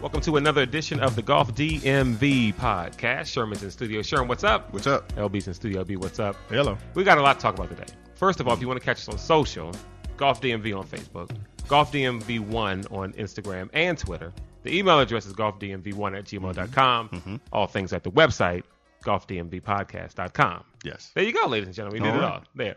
Welcome to another edition of the Golf DMV podcast. Sherman's in studio. Sherman, what's up? What's up? LB's in studio. B, what's up? Hello. We got a lot to talk about today. First of all, if you want to catch us on social, Golf DMV on Facebook, Golf DMV1 on Instagram and Twitter. The email address is golfdmv1 at gmail.com. All things at the website, golfdmvpodcast.com. Yes. There you go, ladies and gentlemen. We did All it right. all there,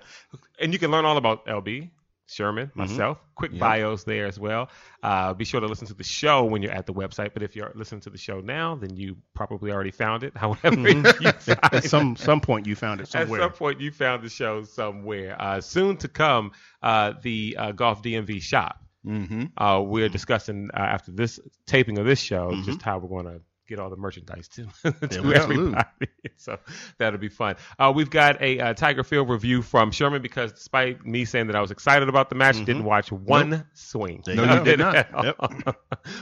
and you can learn all about LB Sherman, Mm-hmm. myself. Quick bios there as well. Uh, be sure to listen to the show when you're at the website. But if you're listening to the show now, then you probably already found it. However, Mm-hmm. you At find some some point you found it somewhere. at some point, you found the show somewhere. Uh, soon to come, uh, the uh, Golf DMV shop. mm-hmm. Uh, we're discussing uh, after this taping of this show just how we're going to get all the merchandise to, to Mm-hmm. we everybody. so that'll be fun. Uh, we've got a uh, Tiger Field review from Sherman because despite me saying that I was excited about the match, didn't watch one swing. There you go. Did Mm-hmm. No, you did at not. all.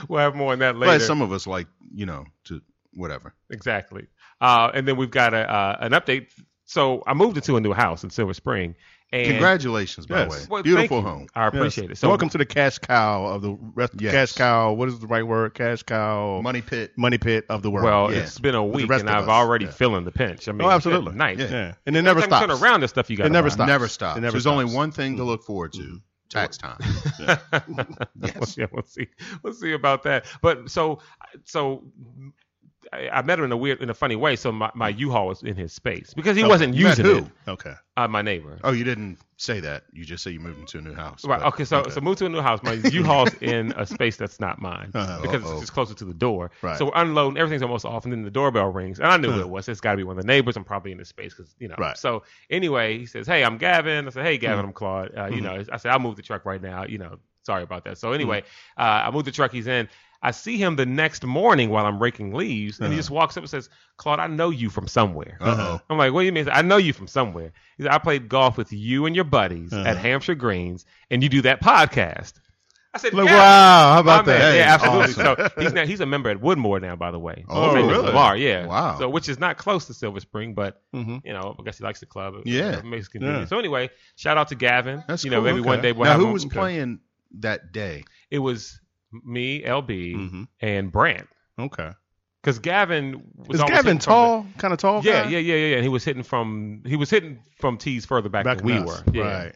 we'll have more on that later. But some of us like, you know, to whatever. Exactly. Uh, and then we've got a, uh, an update. So I moved into a new house in Silver Spring. And Congratulations, by the Yes. way. Well, thank Beautiful you. home. I appreciate it. So welcome to the cash cow of the rest. Yes. Cash cow. What is the right word? Cash cow. Money pit. money pit of the world. Well, Yeah. it's been a week, rest and of I've us, already yeah. feeling the pinch. I mean, Oh, absolutely. Nice. Yeah. yeah, and it never Every time stops. you Turn around the stuff you got. It never stops. Never Stops. Mm-hmm. stops. It never There's stops. only one thing to look forward to. Tax time. Yes. yeah, we'll see. We'll see about that. But so, so I, I met him in a weird, in a funny way. So my, my U-Haul was in his space because he wasn't You met using who? it. Okay. Uh, my neighbor. Oh, you didn't say that. You just said you moved into a new house. Right. but- Okay. So, so move to a new house. My U-Haul's in a space that's not mine Uh-huh. because Uh-oh. it's just closer to the door. Right. So we're unloading. Everything's almost off, and then the doorbell rings, and I knew who it was. It's got to be one of the neighbors. I'm probably in this space because you know. Right. Hmm. So anyway, he says, "Hey, I'm Gavin." I said, "Hey, Gavin, I'm Claude." Uh, You know, I said, "I'll move the truck right now." You know, sorry about that. Hmm. So anyway, uh, I moved the truck. He's in. I see him the next morning while I'm raking leaves, Uh-huh. and he just walks up and says, "Claude, I know you from somewhere." Uh-oh. I'm like, what do you mean? He said, I know you from somewhere. He said, I played golf with you and your buddies Uh-huh. at Hampshire Greens, and you do that podcast. I said, Look, yeah. wow. How My about man, that? Hey, yeah, absolutely. awesome. So he's now he's a member at Woodmore now, by the way. Oh, His name is really? Lamar, yeah. Wow. So which is not close to Silver Spring, but Mm-hmm. Mhm. you know, I guess he likes the club. Yeah. It makes it convenient. Yeah. So anyway, shout out to Gavin. That's you cool. know, maybe okay. one day we'll now, have who him- was playing that day? It was me, LB, Mm-hmm. Mhm. and Brant. Okay. Because Gavin was Is always Gavin hitting from the- tall? Kind of tall? Yeah, guy? yeah, yeah, yeah, yeah. And he was hitting from he was hitting from tees further back, Back than we than us. were. Yeah. Right.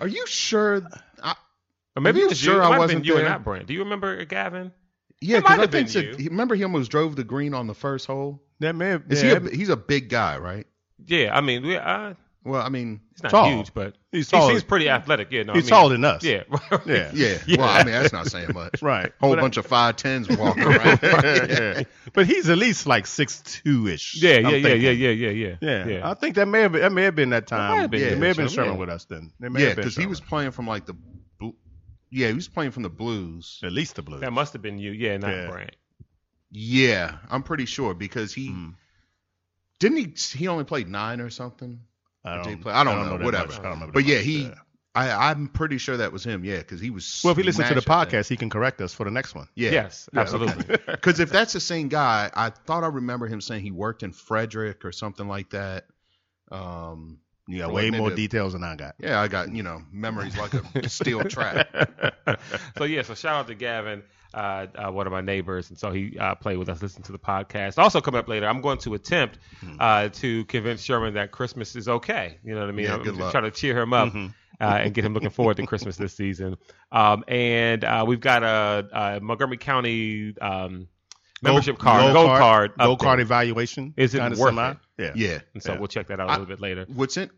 Are you sure? I, Or maybe Are it you was sure you. It I might have been wasn't you and there? not Brent. Do you remember Gavin? yeah, It might because I have think been that, you. he- remember he almost drove the green on the first hole. That man. Is yeah, he? A, he's a big guy, right? Yeah, I mean, we, uh, Well, I mean, he's not Tall. huge, but he's he tall. seems pretty athletic. Yeah, no, he's I mean, taller than us. Yeah, Yeah. yeah. Yeah. Well, I mean, that's not saying much. Right. Whole But I- bunch of five tens walking around. yeah. But he's at least like six two ish. yeah, yeah, yeah, yeah, yeah, yeah, yeah, Yeah. I think that may have that may have been that time. might have been yeah, him, it may have been Sherman, Sherman yeah. with us then. It may Yeah, have been because he Sherman. was playing from like the, blu- yeah, he was playing from the blues. at least the blues. That must have been you. Yeah, not Yeah. Brent. Yeah, I'm pretty sure because he Mm. didn't he he only played nine or something. I Did he don't, play? I don't know, that whatever. much. I don't remember But that yeah, much. he I I'm pretty sure that was him. Yeah, because he was. Well, if he listens to the smashing things. podcast, he can correct us for the next one. yeah, Yes, absolutely. because if that's the same guy, I thought I remember him saying he worked in Frederick or something like that. Um, Yeah, Well, way maybe more it- details than I got. yeah, I got you know memories like a steel trap. so yeah, so shout out to Gavin, uh, uh, one of my neighbors, and so he uh, played with us, listened to the podcast. Also coming up later, I'm going to attempt uh, to convince Sherman that Christmas is okay. You know what I mean? Yeah, I'm good luck. trying to cheer him up. Uh, and get him looking forward to Christmas this season. Um, and uh, we've got a, a Montgomery County um, membership card, gold card, gold up there. card evaluation. Is it kinda worth semi. it? Yeah. Yeah, And so yeah. we'll check that out a I- little bit later. what's it?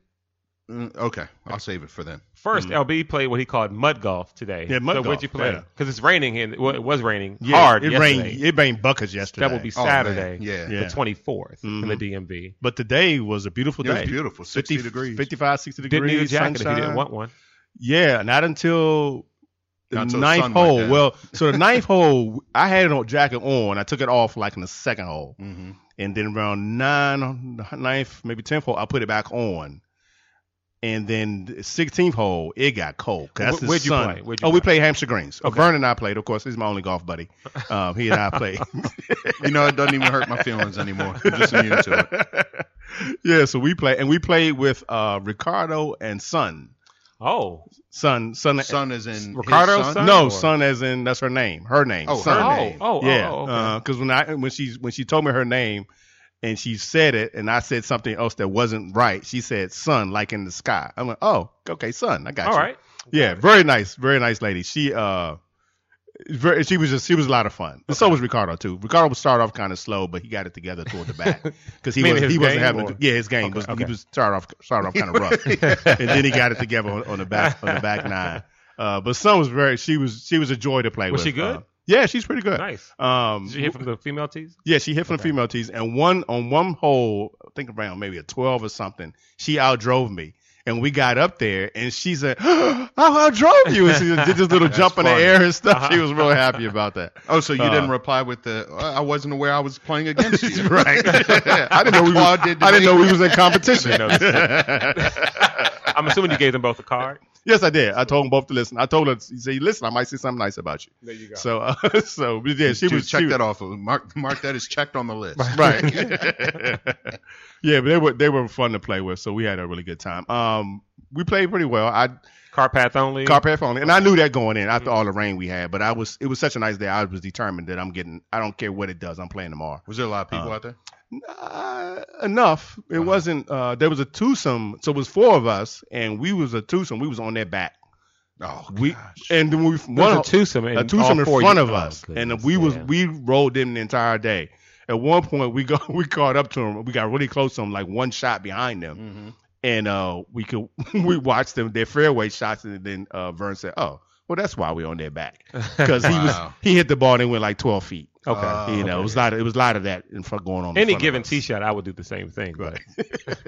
Mm, Okay, I'll save it for them. 1st LB played what he called mud golf today. Mm-hmm. Yeah, mud so where'd golf, you play? yeah. Because it's raining here. Well, it was raining Yeah, hard It yesterday. rained. It rained buckets yesterday. That will be Oh, man. Saturday, Yeah. the Yeah. 24th in the Mhm. DMV. But today was a beautiful It was day. beautiful, 60 degrees. 55, 60 Didn't degrees. need a jacket if you sunshine. didn't want one. Yeah, not until Down to the ninth sun like hole. that. well, so the ninth hole, I had it on jacket on. I took it off like in the second hole, hmm and then around nine, ninth, maybe tenth hole, I put it back on. And then sixteenth hole, it got cold. 'cause That's Wh- the where'd you sun. play? Where'd you oh, we play? played Hampshire Greens. Oh, Vernon and I played. Of course, he's my only golf buddy. Um, he and I played. You know, it doesn't even hurt my feelings anymore. I'm just immune to it. yeah, so we play and we played with uh, Ricardo and Son. Oh, Son, son, Son is in Ricardo's his son? no, or- Son as in that's her name, her name. Oh, her Son. oh, name. oh, oh, yeah, oh, okay. because when I when she when she told me her name, and she said it, and I said something else that wasn't right. She said "sun," like in the sky. I'm like, oh, okay, sun. I got All you. right. Yeah, very nice, very nice lady. She uh, very, she was just she was a lot of fun. And so was Ricardo too. Ricardo would start off kind of slow, but he got it together toward the back because he Meaning was his he wasn't game having or- a, yeah his game was okay. he was started off started off kind of rough, and then he got it together on, on the back on the back nine. Uh, but Sun was very she was she was a joy to play Was with. she good? Uh, yeah, she's pretty good. Nice. Um, Did you hear from the female tees? yeah, she hit from the Okay. female tees, and one on one hole, I think around maybe a twelve or something, she outdrove me, and we got up there, and she said, "I outdrove you," and she did this little jump in the funny. air and stuff. She was really happy about that. Oh, so you Uh, didn't reply with the "Uh, I wasn't aware I was playing against you. right? I I didn't know we was, Claude did. I didn't know the we was in competition. I'm assuming you gave them both a card. yes, I did. I told them both to listen. I told her, "Say, listen, I might say something nice about you." There you go. So, uh, so but yeah, she same. was check she, that off. Mark, mark that is checked on the list. right yeah but they were they were fun to play with so we had a really good time um we played pretty well i Car path only. carpet only and i knew that going in after all the rain we had but i was it was such a nice day i was determined that i'm getting i don't care what it does i'm playing tomorrow Was there a lot of people Uh, out there? uh, enough it Uh-huh. wasn't uh there was a twosome so it was four of us and we was a twosome we was on their back Oh, we- gosh. and then we There's one a twosome. In a twosome in all four front you- of Oh, us, and goodness, we was yeah. we rode them the entire day. At one point, we go we caught up to them. We got really close to them, like one shot behind them, Mm-hmm. Mhm. and uh, we could we watched them their fairway shots, and then uh, Vern said, "Oh, well, that's why we on their back because he was Wow. he hit the ball and it went like twelve feet. okay. Uh, you know, it was a lot of, it was a lot of that in front going on. in Any front of given us. tee shot, I would do the same thing. But,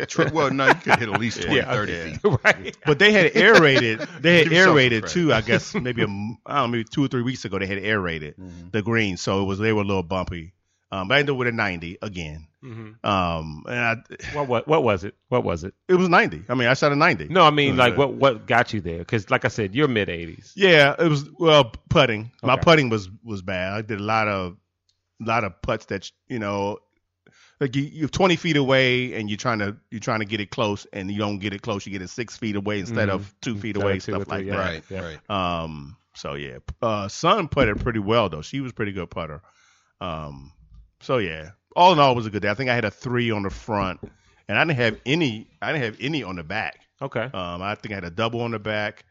Tri- well, no, you could hit at least 20, Yeah, 30 yeah. feet. right. But they had aerated. They had Give yourself a aerated credit. too. I guess maybe a m I don't know, maybe two or three weeks ago they had aerated. Mm-hmm. the green, so it was they were a little bumpy. Um, but I ended up with a 90 again. hmm Um, and I, What, what what was it? What was it? it was 90. I mean, I shot a 90. No, I mean Mhm. like what what got you there? Because like I said, you're mid 80s. Yeah, it was well putting. My Okay. putting was was bad. I did a lot of lot of putts that you know, like you, you're 20 feet away and you're trying to you're trying to get it close and you don't get it close. You get it six feet away instead of two feet Got away, it Mm-hmm. two or stuff three, like yeah. that. Right, Yeah. right. Um, so yeah, uh, Sun putted pretty well though. She was a pretty good putter. Um, so yeah, all in all, it was a good day. I think I had a three on the front, and I didn't have any. I didn't have any on the back. Okay. Um, I think I had a double on the back,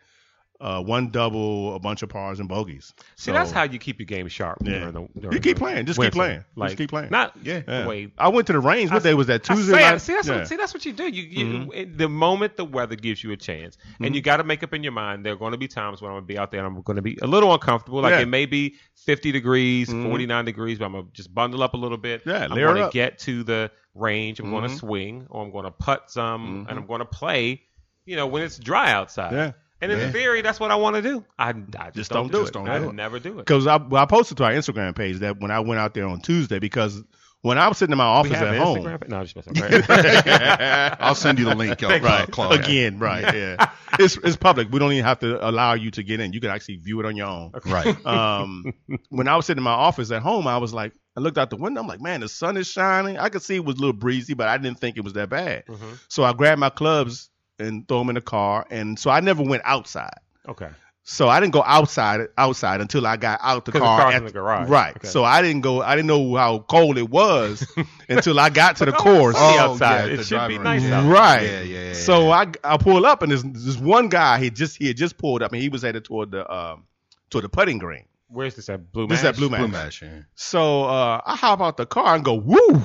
uh, one double, a bunch of pars and bogeys. See, So- that's how you keep your game sharp. Yeah. during the- during you keep the playing. Just winter. keep playing. Like just keep playing. not Yeah. Yeah. wait. I went to the range. What I- day was that? I Tuesday. say it. night? See, that's Yeah. Mm-hmm. what, see, that's what you do. You, you it- the moment the weather gives you a chance, and you got to make up in your mind. There are going to be times when I'm going to be out there and I'm going to be a little uncomfortable. Like Yeah. it may be 50 degrees, Mhm. 49 degrees, but I'm gonna just bundle up a little bit. Yeah, I'm layer going to up. get to the range. I'm going to Mhm. swing, or I'm going to putt some, Mhm. and I'm going to play. You know, when it's dry outside. Yeah. And in Yeah. theory, that's what I want to do. I, I just, Just don't, don't do do it. it. Don't I do it. never do it. because I, well, I posted to our Instagram page that when I went out there on Tuesday because when I was sitting in my office We have at an home, Instagram. pa- No, I'm just messing. Right. I'll send you the link, y'all. uh, right Claude. again, right? Yeah, it's it's public. We don't even have to allow you to get in. You can actually view it on your own. Right. Um, when I was sitting in my office at home, I was like, I looked out the window. I'm like, man, the sun is shining. I could see it was a little breezy, but I didn't think it was that bad. Mhm. So I grabbed my clubs and throw them in the car, and so I never went outside. Okay. So I didn't go outside outside until I got out the 'Cause the car. car's at- in the garage. Right. Okay. So I didn't go. I didn't know how cold it was until I got Oh, to the course. sunny Oh, yeah, outside. the it should be driving nice range. out. Right. Yeah, yeah, yeah. So yeah. I I pull up and there's this one guy he just he had just pulled up and he was headed toward the um toward the putting green. Where's this at? Blue This is at Blue Blue Man. Mash, yeah. So uh, I hop out the car and go woo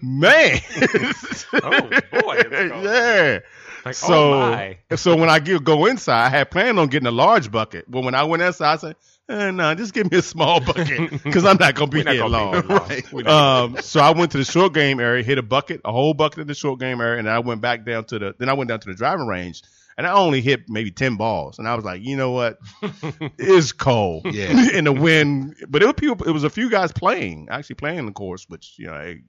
man. Oh, boy, it's cold. yeah. Like, so oh my. so when I get, go inside, I had planned on getting a large bucket, but when I went inside, I said, eh, "No, just give me a small bucket because I'm not gonna be We're not here gonna long." be here long. Right. We're not- um, so I went to the short game area, hit a bucket, a whole bucket in the short game area, and I went back down to the. Then I went down to the driving range, and I only hit maybe ten balls, and I was like, you know what, it's cold, Yeah. in the wind. But it was people, it was a few guys playing, actually playing the course, which you know, it-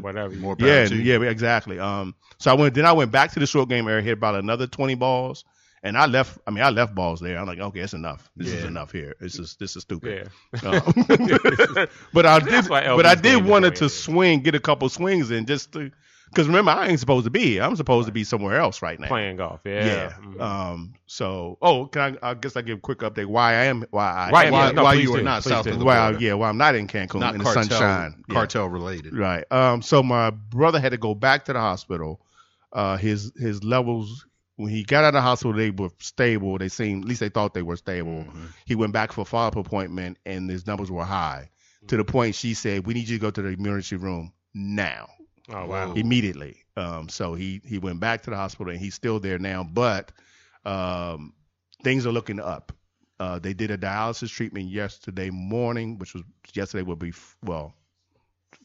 Whatever. More power yeah, to you. yeah, exactly. Um, so I went, then I went back to the short game area, hit about another twenty balls, and I left. I mean, I left balls there. I'm like, okay, it's enough. This is Yeah. enough here. This is this is stupid. Yeah. Um, but I did, That's why but I LB's game did is want the it way to it is. swing, get a couple swings in, just because remember I ain't supposed to be. here. I'm supposed to be somewhere else right now. Playing golf. Yeah. Mhm. Um. So, oh, can I? I guess I give a quick update why I am why I Right, am, why yeah, no, why please you are do, not please south do. of the why I, border, yeah why I'm not in Cancun not in the cartel, sunshine. Yeah. cartel related. Right. Um. So my brother had to go back to the hospital. Uh. His his levels when he got out of the hospital they were stable. They seemed at least they thought they were stable. Mm-hmm. He went back for a follow up appointment and his numbers were high Mm-hmm. to the point she said we need you to go to the emergency room now Oh wow. He- immediately. Um, so he he went back to the hospital and he's still there now, but um, things are looking up. Uh, they did a dialysis treatment yesterday morning, which was yesterday would be f- well,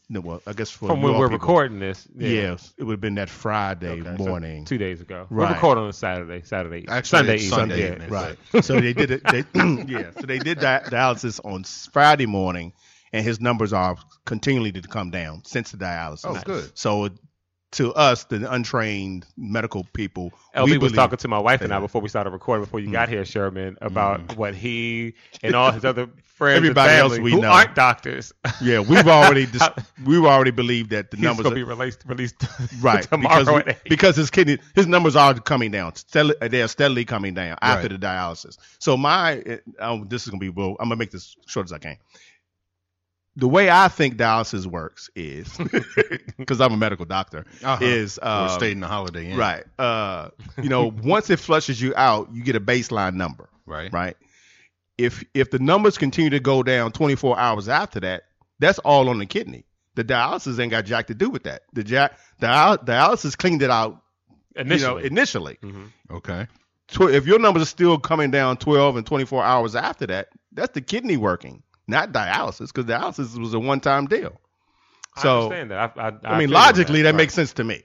no, well I guess for From you when all we're people- recording this. Yes, it would have been that Friday Okay, so morning. Two days ago. Right. We recorded on a Saturday. Saturday. Actually, Sunday. it's evening. Sunday Yeah. evening. right. so they did it. They, yeah. So they did that dialysis on s- Friday morning, and his numbers are continually to come down since the dialysis. Oh, good. So to us, the untrained medical people, LB was we believe- Mm. talking to my wife and I Yeah. before we started recording, before you got here, Sherman, about what he and all his other friends, Mm. Everybody and else family we who know. aren't doctors, Yeah, we've already dis- we've already believed that the he's numbers gonna be are, released released right tomorrow. because, at eight. because his kidney his numbers are coming down. Steadily, they are steadily coming down after Right. the dialysis. So my uh, um, this is gonna be well, I'm gonna make this short as I can. The way I think dialysis works is because I'm a medical doctor Uh-huh. is or uh, stayed in the Holiday Inn. right. Uh, you know, once it flushes you out, you get a baseline number Right. right? If if the numbers continue to go down 24 hours after that, that's all on the kidney. The dialysis ain't got jack to do with that. The jack dial, dialysis cleaned it out, you know, initially. initially. Mhm. Okay. Tw- if your numbers are still coming down 12 and 24 hours after that, that's the kidney working, not dialysis, because dialysis was a one-time deal. I So understand that. I, I, I, mean, feel you on logically, that, Right. makes sense to me.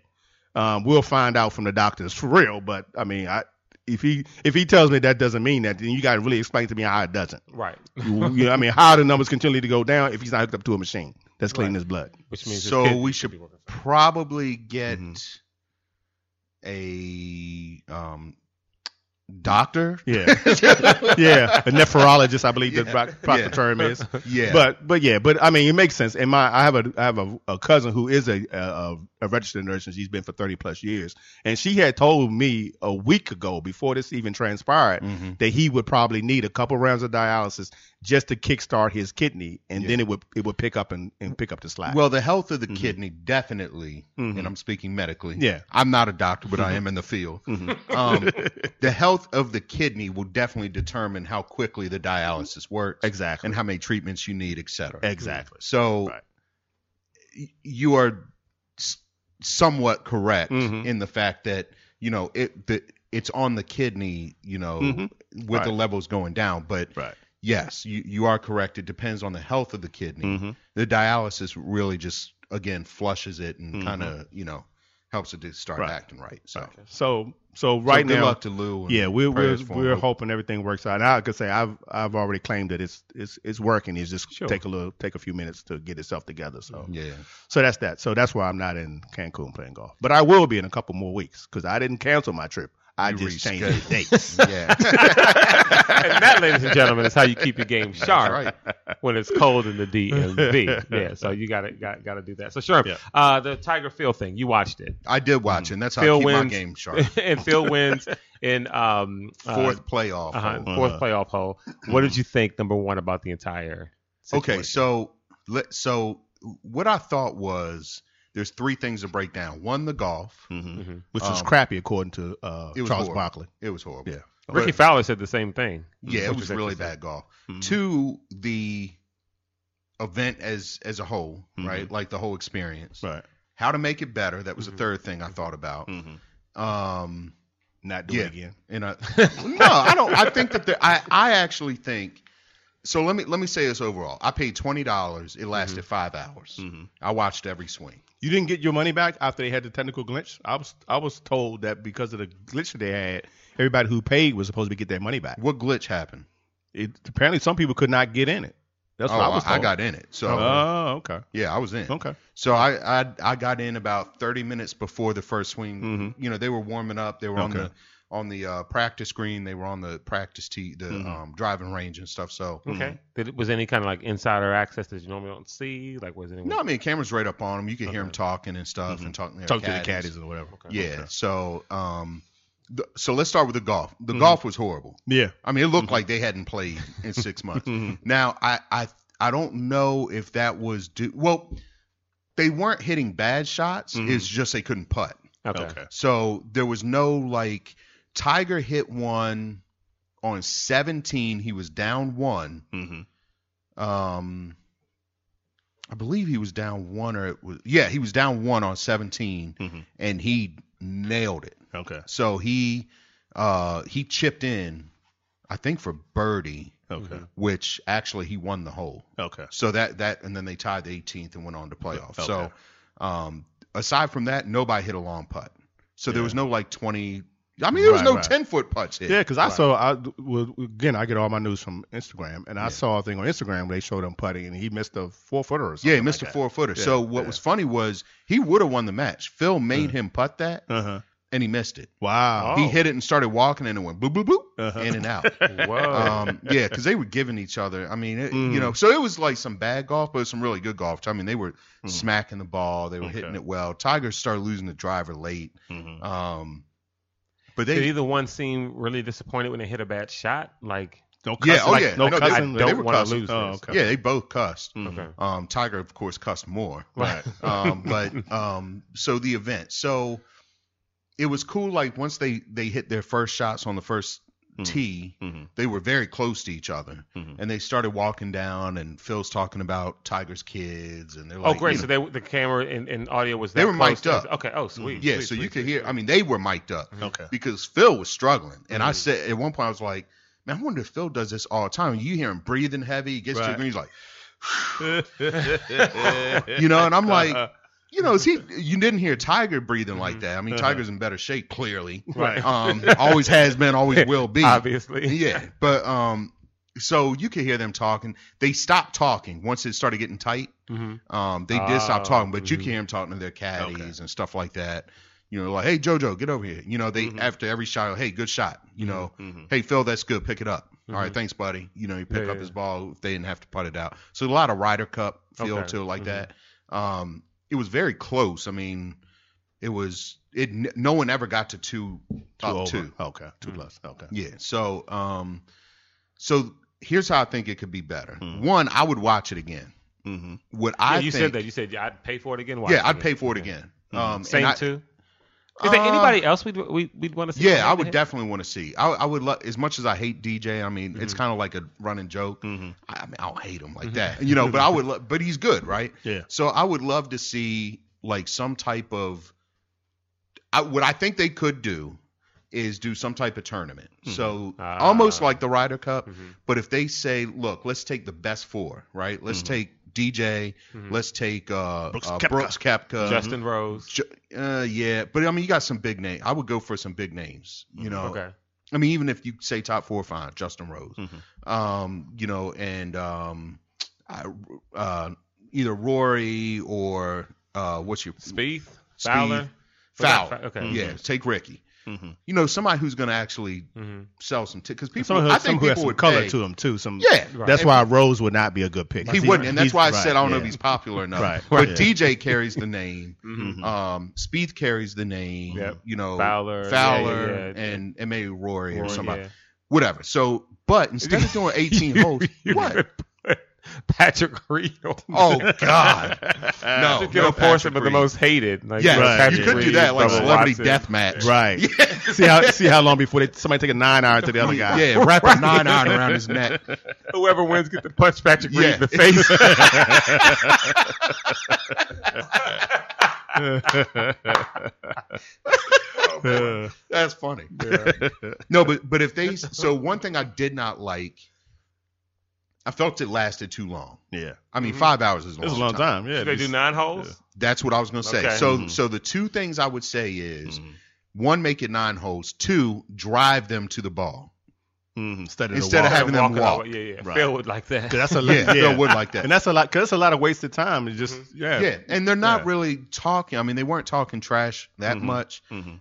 Um, we'll find out from the doctors for real, but I mean, I, if he if he tells me that doesn't mean that, then you got to really explain to me how it doesn't. right, You- you know, I mean, how the numbers continue to go down if he's not hooked up to a machine that's cleaning Right. his blood. which means So his kid we should should- be working. fine. Probably get Mhm. Mm-hmm. a um, doctor. Yeah, yeah, a nephrologist, I believe the pro- proper Yeah. term is. Yeah. But but yeah, but I mean, it makes sense. And my I have a I have a, a cousin who is a, a a registered nurse, and she's been for thirty plus years. And she had told me a week ago before this even transpired Mhm. that he would probably need a couple rounds of dialysis just to kickstart his kidney, and Yeah. then it would it would pick up and, and pick up the slack. Well, the health of the Mhm. kidney definitely, Mhm. and I'm speaking medically. Yeah. I'm not a doctor, but I am in the field. Mhm. Um, the health of the kidney will definitely determine how quickly the dialysis works exactly, and how many treatments you need, et cetera. exactly. So Right. y- you are s- somewhat correct Mhm. in the fact that you know it the, it's on the kidney, you know, Mhm. with the Right. levels going down. But Right. yes, you you are correct. It depends on the health of the kidney. Mm-hmm. The dialysis really just again flushes it and Mhm. kind of you know helps it to start Right. acting right. So So so so right good now, luck to Lou. and yeah, we're we're, prayers for we're him. hoping everything works out. And I could say I've I've already claimed that it's it's it's working. It's just Sure. take a little take a few minutes to get itself together. So yeah. so that's that. So that's why I'm not in Cancun playing golf, but I will be in a couple more weeks because I didn't cancel my trip. I You just changed rescheduled. the dates. Yeah, and that, ladies and gentlemen, is how you keep your game that's sharp right. when it's cold in the DMV. yeah, so you gotta got gotta do that. So sure, Yeah. uh, the Tiger Phil thing, you watched it, I did Mm-hmm. watch, and that's how Phil I keep my wins. game sharp. and Phil wins in um uh, Fourth playoff. uh-huh, hole. fourth Uh-huh. playoff hole. What did you think? Number one about the entire. Okay, situation? so let so what I thought was there's three things to break down. One, the golf. Mhm. Mhm. Which was Um, crappy according to uh, it was Charles horrible. Barkley. It was horrible. Yeah. hmm, Ricky But- Fowler said the same thing. Yeah, it which was really interesting. bad golf. Mhm. Two, the event as as a whole, Mhm. right? Like the whole experience. Right. Hmm. How to make it better. That was Mhm. the third thing I thought about. Um, Mm-hmm. Not do Yeah. it again. and I no, I don't. I think that there, I I actually think. So let me let me say this overall. I paid twenty dollars. It lasted Mm-hmm. five hours. I watched every swing. You didn't get your money back after they had the technical glitch. I was I was told that because of the glitch they had, everybody who paid was supposed to get their money back. What glitch happened? It, apparently, some people could not get in it. That's Oh, what I was. I, told. got in it. So Oh, okay, yeah, I was in. okay. So I, I I got in about 30 minutes before the first swing. You know, they were warming up. They were on Mm-hmm. Okay. the on the uh, practice green. They were on the practice tee, the Mhm. um, driving range and stuff. So Mm-hmm. Okay. Did it, was any kind of like insider access that you normally don't see? Like was anyone? no, I mean, cameras right up on them. You can hear Okay. them talking and stuff and talking. To Mm-hmm. Talk their to the caddies or whatever. Okay. Yeah. So um, the, so let's start with the golf. The Mhm. golf was horrible. Yeah. I mean, it Mm-hmm. looked like they hadn't played in six months. Mhm. Now, I, I I don't know if that was due. Well, they weren't hitting bad shots. Mhm. It's just they couldn't putt. Okay. Okay. So there was no like Tiger hit one on 17. He was down one. hmm Um, I believe he was down one or it was yeah he was down one on 17 Mhm. and he nailed it. Okay. So he uh he chipped in, I think for birdie, Okay. which actually he won the hole. Okay. So that that and then they tied the 18th and went on to playoff. Okay. So um aside from that, nobody hit a long putt. So there Yeah. was no like 20. I mean, there was Right, no right. 10 foot putts hit. Yeah, because I saw I well, again I get all my news from Instagram, and I saw a thing on Instagram where they showed him putting, and he missed a four footer or something. Yeah, he missed like a four footer. Yeah, so what yeah. was funny was he would have won the match. Phil made him putt that Uh huh. and he missed it. Wow. He hit it and started walking and it went boop boop boop Oh. Uh-huh. in and out. Whoa. Oh. um, yeah, because they were giving each other. I mean, it, Mhm. you know, so it was like some bad golf, but some really good golf. I mean, they were Mhm. smacking the ball, they were Okay. hitting it well. Tigers started losing the driver late, Mhm. um, but Did they, either one seem really disappointed when they hit a bad shot? Like No Yeah, cussing, oh, like, yeah. No I know, they- cussing. they like- were wanna cussing. lose Oh, this. okay. yeah, they both cussed. Mhm. Okay. Um, Tiger, of course, cussed more. Right. um, but um, so the event, so it was cool. Like once they they hit their first shots on the 1st Hmm. Mhm. tee, Mhm. they were very close to each other, Mm-hmm. Mhm. and they started walking down. And Phil's talking about Tiger's kids, and they're Oh, like, great! you So know- they, the camera and, and audio was that They were close mic'd to- up. Mm-hmm. Okay. Oh, sweet. yeah, sweet, so you sweet, could sweet, hear. sweet. I mean, they were mic'd up Okay. because Phil was struggling, and I Mhm. said at one point I was like, "Man, I wonder if Phil does this all the time." You hear him breathing heavy, he gets to Right. the green, he's like, you know, and I'm like, you know, is he? You didn't hear Tiger breathing like that. I mean, Uh-huh. Tiger's in better shape, clearly. Right. Um, always has been, always will be. obviously. Yeah, but um, so you could hear them talking. They stopped talking once it started getting tight. Mhm. Um, they did stop Oh, talking, but you mhm. can hear them talking to their caddies Okay. and stuff like that. You know, like, hey Jojo, get over here. You know, they Mm-hmm. Mhm. after every shot, hey, good shot. You know, Mhm. hey Phil, that's good. Pick it up. All Mhm. right, thanks, buddy. You know, you pick Mm-hmm. Yeah, up yeah. his ball. If they didn't have to putt it out, so a lot of Ryder Cup feel Okay. to it like Mhm. that. Um, it was very close. I mean, it was it. n- No one ever got to two two up over. two. Okay. Two Mhm. plus. Okay. Yeah. So, um, so here's how I think it could be better. Mhm. One, I would watch it again. Mm-hmm. What Hmm. Yeah, I you think, said that. You said yeah, I'd pay for it again. Watch yeah, I'd again. pay for it Okay. again. Mhm. Um, and Same I- too. Is there Uh, anybody else we'd we, we'd want to see? Yeah, I would head-to-head? definitely want to see. I, I would love as much as I hate DJ. I mean, it's Mhm. kind of like a running joke. Mm-hmm. I, I mean, I don't hate him like that, you know. But I would, lo- but he's good, right? Yeah. So I would love to see like some type of. I, what I think they could do is do some type of tournament. Hmm. So Ah. almost like the Ryder Cup, Mm-hmm. Mhm. but if they say, look, let's take the best four, right? Let's Mhm. take DJ, Mhm. let's take uh, Mm-hmm. Brooks uh, Koepka. Brooks Koepka. Justin Rose. Ju- uh, yeah, but I mean, you got some big names. I would go for some big names, Mm-hmm, you know. Okay. I mean, even if you say top four, fine, Justin Rose, Mhm. um, you know, and um, I, uh, either Rory or uh, what's your Spieth. Spieth, Fowler. Fowler. Fowler, okay. yeah, take Ricky. Mm-hmm. You know, somebody who's going to actually hmm sell some tickets. People, Some, who- I some think who has people some would color pay. to him too. Some. Yeah, Right. That's why Rose would not be a good pick. He He's- wouldn't, and that's he's- why I said I don't know right, if he's popular enough. Right, But right. DJ carries the name. Mm-hmm. Mhm. Um, Speed carries the name. Yep. You know, Fowler, yeah, Fowler, yeah, yeah. and and maybe Rory, or Rory, somebody, yeah. whatever. So, but instead of doing 18 holes, what? Mm-hmm. Patrick Reed. on Oh God, I no, think no you're forced Patrick but the Reed. most hated. Like, Yeah, know, Right, Patrick you could do Reed, that like Bubba celebrity Watson. death match, Right. see how see how long before they, somebody take a nine iron to the other guy. Yeah, wrap a nine iron around his neck. Whoever wins get to punch Patrick Reed Yeah. in the face. Uh, That's funny. No, but but if they so one thing I did not like, I felt it lasted too long. yeah. I mean, Mhm. five hours is a long, It's a long time. time. Yeah. Should they do just- nine holes? That's what I was gonna say. Okay. So Mhm. so the two things I would say is Mhm. One, make it nine holes. Two, drive them to the ball. Mhm, Instead of Instead the of walk. having them Walking all- walk. Yeah, yeah. Right. Phil would like that. 'Cause that's a Yeah, lot, Phil would like that. Mm-hmm. and that's a lot. Cause that's a lot of wasted time. It's just yeah, Yeah, and they're not Yeah. really talking. I mean, they weren't talking trash that Mhm. much. Mhm.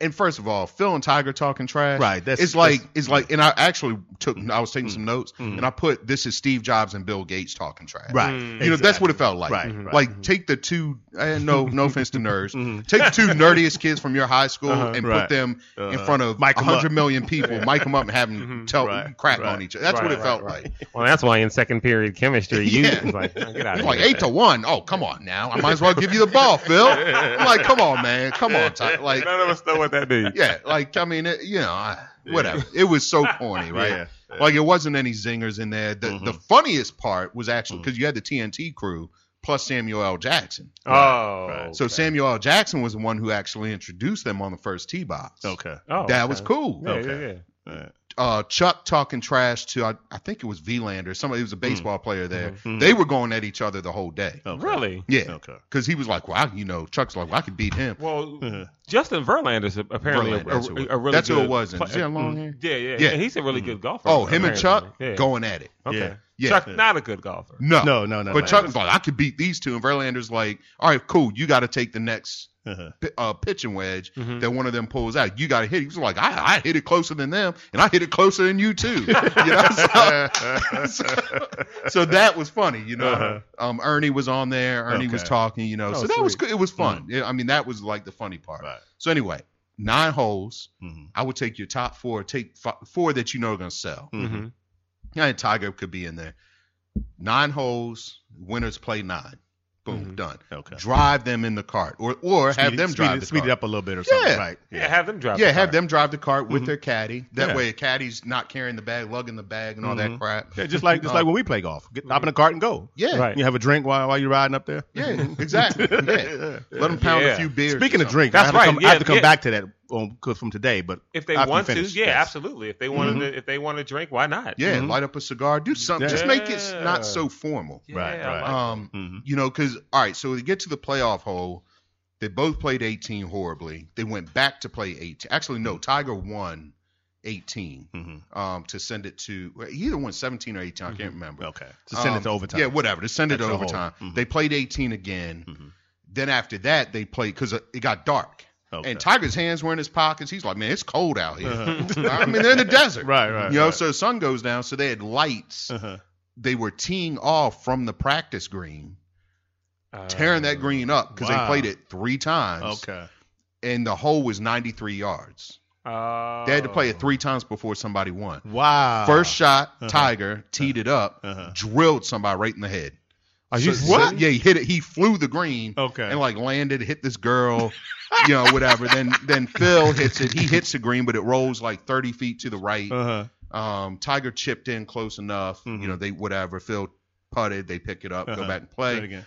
And first of all, Phil and Tiger talking trash. Right, that's- it's like that's- it's like, and I actually took. I was taking some notes, Mhm. and I put this is Steve Jobs and Bill Gates talking trash. right. Mm. You know, that's what it felt like. Right, Mhm. right. Like take the two. And no, no offense to nerds. Mhm. Take the two nerdiest kids from your high school Uh-huh, and right. put them in Uh, front of mic 'em hundred up. Mm-hmm. million people, mic them up and have them Mhm. tell Right, crap right. on each other. That's Right, what it right, felt right. like. Well, that's why in second period chemistry, you Yeah. it's like, "Oh, get out of It's here. like with eight that." to one. Oh, come on now. I might as well give you the ball, Phil. I'm like, come on, man. Come on, Ty. Like, None of us know what that means. yeah, like I mean, it, you know, I- whatever. It was so corny, right? Yeah, yeah. Mm-hmm. Like it wasn't any zingers in there. The, the funniest part was actually because you had the TNT crew plus Samuel L. Jackson. Oh, right. So Samuel L. Jackson was the one who actually introduced them on the first tee box. Okay. oh, that okay. was cool. Yeah, Okay. yeah, yeah. All right. Uh, Chuck talking trash to I, I think it was Vlander. Somebody it was a Mm-hmm. baseball player there. Mhm. They were going at each other the whole day. Oh, Okay. Really? Yeah. Okay. Because he was like, well, I, you know, Chuck's like, well, I could beat him. Well, Uh-huh. Justin Verlander's a- apparently Verlander, a, that's who a, it- a really that's good who it was. pla- Is he a long hair? Yeah, yeah, Yeah. yeah. He's a really good golfer. Oh, him and apparently. Chuck Yeah. going at it. Okay. Yeah. Yeah. Mm-hmm. Chuck, Yeah. not a good golfer. No. No, no, no. But no. Chuck was like, I could beat these two. And Verlander's like, all right, cool. You got to take the next Uh-huh. pi- uh, pitching wedge Mm-hmm. that one of them pulls out. You got to hit. it. He was like, I, I hit it closer than them, and I hit it closer than you, too. you know? so, so, so that was funny, you know. Uh-huh. Um, Ernie was on there. Ernie Okay. was Oh, Mm. talking, you know. so that was sweet. good. It was fun. Yeah, I mean, that was like the funny part. Right. So anyway, nine holes. Mhm. I would take your top four, take f- four that you know are going to sell. Mm. Mm-hmm. Yeah, and Tiger could be in there. Nine holes, winners play nine. Boom, done. Mm-hmm. Okay. Drive them in the cart, or or have Speed it- them speed drive it, the speed cart. it up a little bit or something. Yeah. Right. Yeah, have them drive. yeah, the have car. Mm-hmm. them drive the cart with their caddy. That Yeah. way, a caddy's not carrying the bag, lugging the bag, and all that Mm-hmm. crap. Yeah, just like just Uh, like when we play golf, get hop in a cart and go. yeah, Right. You have a drink while while you're riding up there. yeah, exactly. Yeah. Let them pound a Yeah. few beers. Speaking or of drink, That's I have to come, right, I have to yeah, come yeah. back to that um, 'cause from today. But If they after we want to, finish, yeah, yes. absolutely. If they wanted to, if they want to drink, why not? something. Mm-hmm. yeah, light up a cigar, do something. Yeah. Just make it mm-hmm. Yeah. not so formal. Yeah, Right, I right. like Um, Mhm. you know, because all right, so they get to the playoff hole. They both played 18 horribly. They went back to play 18. Actually, Mm-hmm. no, Tiger won 18 Mhm. um, to send it to he either won 17 or 18. I Mm-hmm. can't remember. Okay. To send Um, it to overtime. Yeah, whatever. To send it to Extra hole. overtime. Mhm. They played 18 again. Mhm. Then after that, they played because it got dark. Okay. Uh-huh. And Tiger's hands were in his pockets. He's like, man, it's cold out here. I mean, they're in the desert. Right, right, You know, right. so the sun goes down. So they had lights. Uh-huh. They were teeing off from the practice green Uh, tearing that green up because they Wow. played it three times. Okay. And the hole was 93 yards. oh. They had to play it three times before somebody won. Wow. First shot, Uh-huh. Tiger teed it up, Uh-huh. drilled somebody right in the head. Are you So- what? so- yeah, he hit it. He flew the green. Okay. And like landed, hit this girl, you know, whatever. then then Phil hits it. He hits the green, but it rolls like 30 feet to the right. Uh-huh. Um, Tiger chipped in close enough. You Mhm. know, they whatever. Phil putted. They pick it up, go Uh-huh. back and Say play. it again.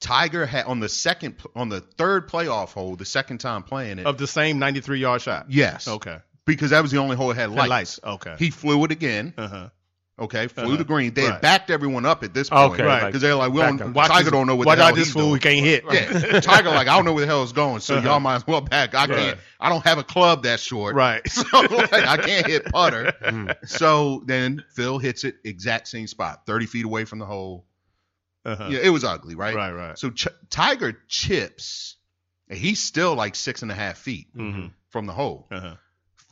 Tiger had on the second on the third playoff hole, the second time playing it. Of the same 93 yard shot. yes, Okay. because that was the only hole it had Lights. lights. lights. Okay. He flew it again. uh-huh. Okay, flew Uh-huh. the green. They had Right. backed everyone up at this point Okay, because right. they're like, "We Back don't, up. Watch Tiger this- don't know what Watch the hell out this he's fool who doing." can't hit. Yeah, Tiger like, "I don't know where the hell it's going, so y'all might as well back. I can't. I don't have a club that short, Uh-huh. Right. so like, I can't hit putter." Mm. so then Phil hits it exact same spot, thirty feet away from the hole. Uh-huh. Yeah, it was ugly, right? Right, right. So Ch- Tiger chips, and he's still like six and a half feet Mhm. from the hole. Uh-huh.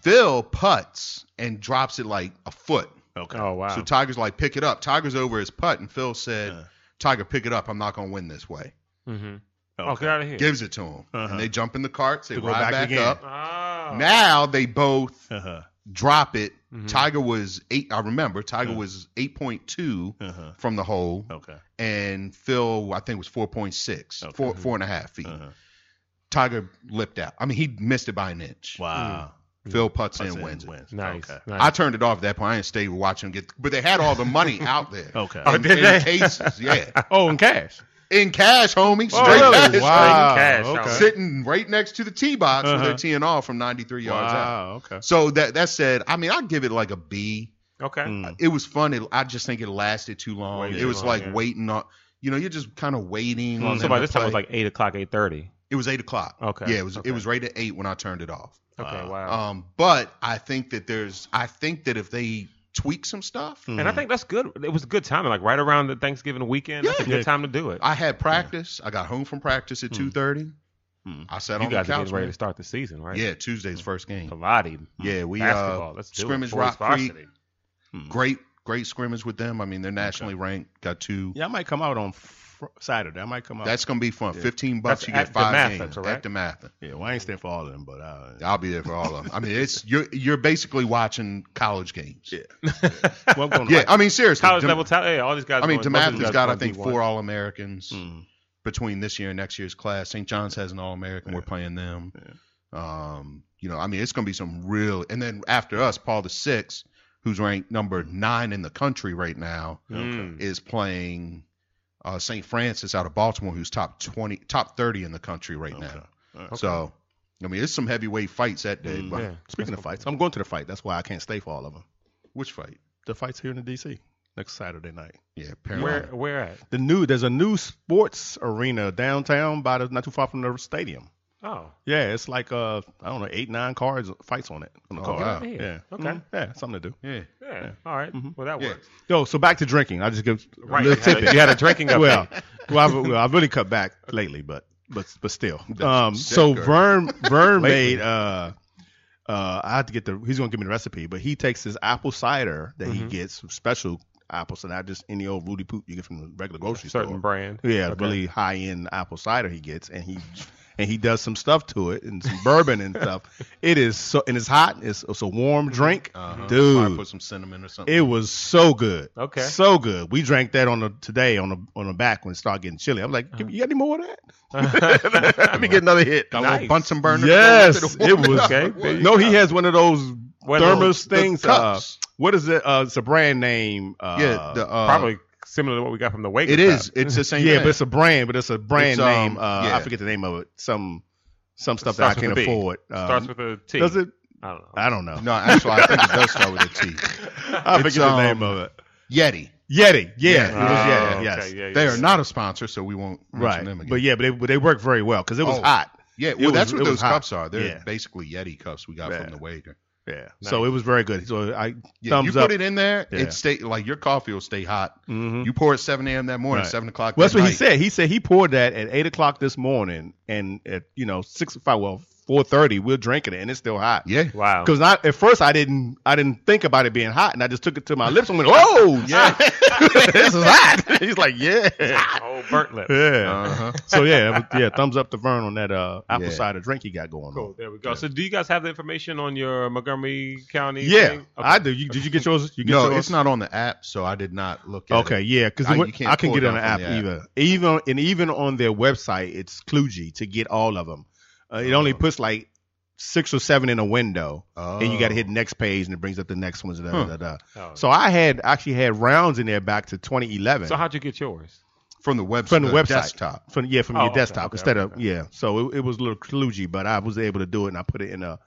Phil putts and drops it like a foot. Okay. Oh wow. So Tiger's like, pick it up. Tiger's over his putt, and Phil said, Uh. Tiger, pick it up. I'm not going to win this way. mm-hmm. Uh, Okay. Oh, get out of here. Gives it to him. Uh-huh. And they jump in the carts. They To go ride back back, again. up. oh. Now they both Uh-huh. drop it. Mm-hmm. Tiger was eight. I remember Tiger was 8.2 Uh-huh. from the hole. Okay. and Phil, I think, was 4.6, Okay. four, four and a half feet. Uh-huh. Tiger lipped out. I mean, he missed it by an inch. Wow. Phil putts, Puts in, in, Mm. wins. it. Nice. Okay. nice. I turned it off at that point. I didn't stay watching him get, but they had all the money out there. Okay. In, Oh, did in they? cases, yeah, Oh, in cash. in cash, homie. Straight Oh, really? cash. Oh, Wow. Cash, okay. okay. Sitting right next to the tee box where Uh-huh. they're teeing off from 93 yards out. Wow. Okay. So that that said, I mean, I give it like a B. okay. Mm. it was fun. It, I just think it lasted too long. Way it too was long, like yeah. waiting on, you know, you're just kind of waiting. on So them by to this time it was play. like eight o'clock, eight thirty. It was eight o'clock. Okay, Yeah, it was okay. it was right at eight when I turned it off. Okay, Uh, wow. Um, but I think that there's I think that if they tweak some stuff, and Mm. I think that's good. It was good timing, like right around the Thanksgiving weekend. That's a Yeah. good time to do it. I had practice. I got home from practice at two thirty. Hmm. I sat you on the guys are couch. getting ready to man. start the season, right? Yeah, Tuesday's first game. Pilates, Yeah, we basketball. Hmm. uh, Let's do scrimmage it. Rock Creek. Creek. Great, great scrimmage with them. I mean, they're nationally ranked. Got two. Yeah, I might come out on fr- Saturday. I might come out. That's gonna be fun. Fifteen bucks, That's you get at the five Mathen, games correct? at the Mathen. yeah. Well, I ain't staying for all of them, but uh, I'll be there for all of them. I mean, it's you're you're basically watching college games. Yeah, well, I'm going to yeah. I mean, seriously. College Dem- level talent. Hey, all these guys. I mean, are going- most of these Demathan's guys got are I think going D1. four All Americans Mm. between this year and next year's class. St. John's has an All American. We're playing them. Um, you know, I mean, it's gonna be some real. And then after us, Paul the Sixth, who's ranked number nine in the country right now, Mm. is playing uh, St. Francis out of Baltimore, who's top twenty, top thirty in the country right now. So, I mean, it's some heavyweight fights that day. Mm, but yeah. Speaking of fights, I'm going to the fight. That's why I can't stay for all of them. Which fight? The fight's here in the D.C. next Saturday night. Yeah, Where Paramount. where at? The new there's a new sports arena downtown, by the, not too far from the stadium. Oh, Yeah, it's like uh, I don't know, eight nine cards fights on it on the Oh, card. wow. Yeah. Yeah, Okay. Mhm. yeah, something to do. Yeah. Mm-hmm. yeah. All right. Well, that Yeah. works. Yo, so back to drinking. I just give a Right. You little had, a, tidbit. you had a drinking update. well, well, I've, well, I've really cut back lately, but but but still. Um, sick, so girl. Vern Vern made uh, uh, I have to get the he's gonna give me the recipe, but he takes his apple cider that Mm-hmm. he gets some special apples, and not just any old Rudy Poot you get from the regular grocery certain store. brand. Yeah, really high end apple cider he gets, and he and he does some stuff to it and some bourbon and stuff. It is so and it's hot. It's, it's a warm drink, Uh-huh. Probably dude. put some cinnamon or something. It was so good. Okay. So good. We drank that on the today on the on the back when it started getting chilly. I'm like, "Give- you got any more of that? Let me get another hit. Got a Nice. little Bunsen burner. Yes, it was. Okay, there you No, he has one of those One of thermos those- the things. uh, cups. what is it? Uh, it's a brand name. Uh, yeah, the, uh, Probably similar to what we got from the Waker. It Cup. is. It's the same. yeah, thing. but it's a brand, but it's a brand It's, um, name. uh, yeah. I forget the name of it. Some some stuff Starts that I with can't a B. afford. Um, Starts with a T. does it? I don't know. I don't know. no, actually, I think it does start with a T. I forget the um, name of it. Yeti. Yeti. Yeah, it Yeah. was Ah, Yeti. okay, yes. yeah, They yeah. are not a sponsor, so we won't mention them Right. again. But yeah, but they but they work very well because it was Oh. hot. yeah, it well, was- that's it what was those hot. cups are. They're Yeah. basically Yeti cups we got Yeah. from the waiter. Yeah. So it was very good. So I Yeah, thumbs you up. put it in there, Yeah. it stay like your coffee will stay hot. Mhm. You pour it seven a.m. that morning, Right. seven o'clock. Well, that's that what he night. said. He said he poured that at eight o'clock this morning, and at you know six five well four thirty we're drinking it, and it's still hot. Yeah, Wow. Because I at first I didn't I didn't think about it being hot, and I just took it to my lips and went, "Oh, yeah, this is hot." He's like, "Yeah, Oh, burnt lip. yeah." uh-huh. so yeah, that was- yeah. Thumbs up to Vern on that uh, apple Yeah. cider drink he got going Cool. on. There we go. So, do you guys have the information on your Montgomery County? Yeah, thing? Okay. I do. You, did you get yours? You get no, yours? it's not on the app, so I did not look at Okay, it. yeah, because Uh, you can't I can pull get it on the down app from the either. Even and even on their website, it's kludgy to get all of them. Uh, it only Oh. puts like six or seven in a window, Oh. and you got to hit next page, and it brings up the next ones. Da, da, Huh. da, da. Oh. So I had actually had rounds in there back to 2011 So how'd you get yours? from the website. from the website, desktop. from yeah, from Oh, your okay, desktop okay, instead okay, of okay. yeah. So it, it was a little kludgy, but I was able to do it, and I put it in a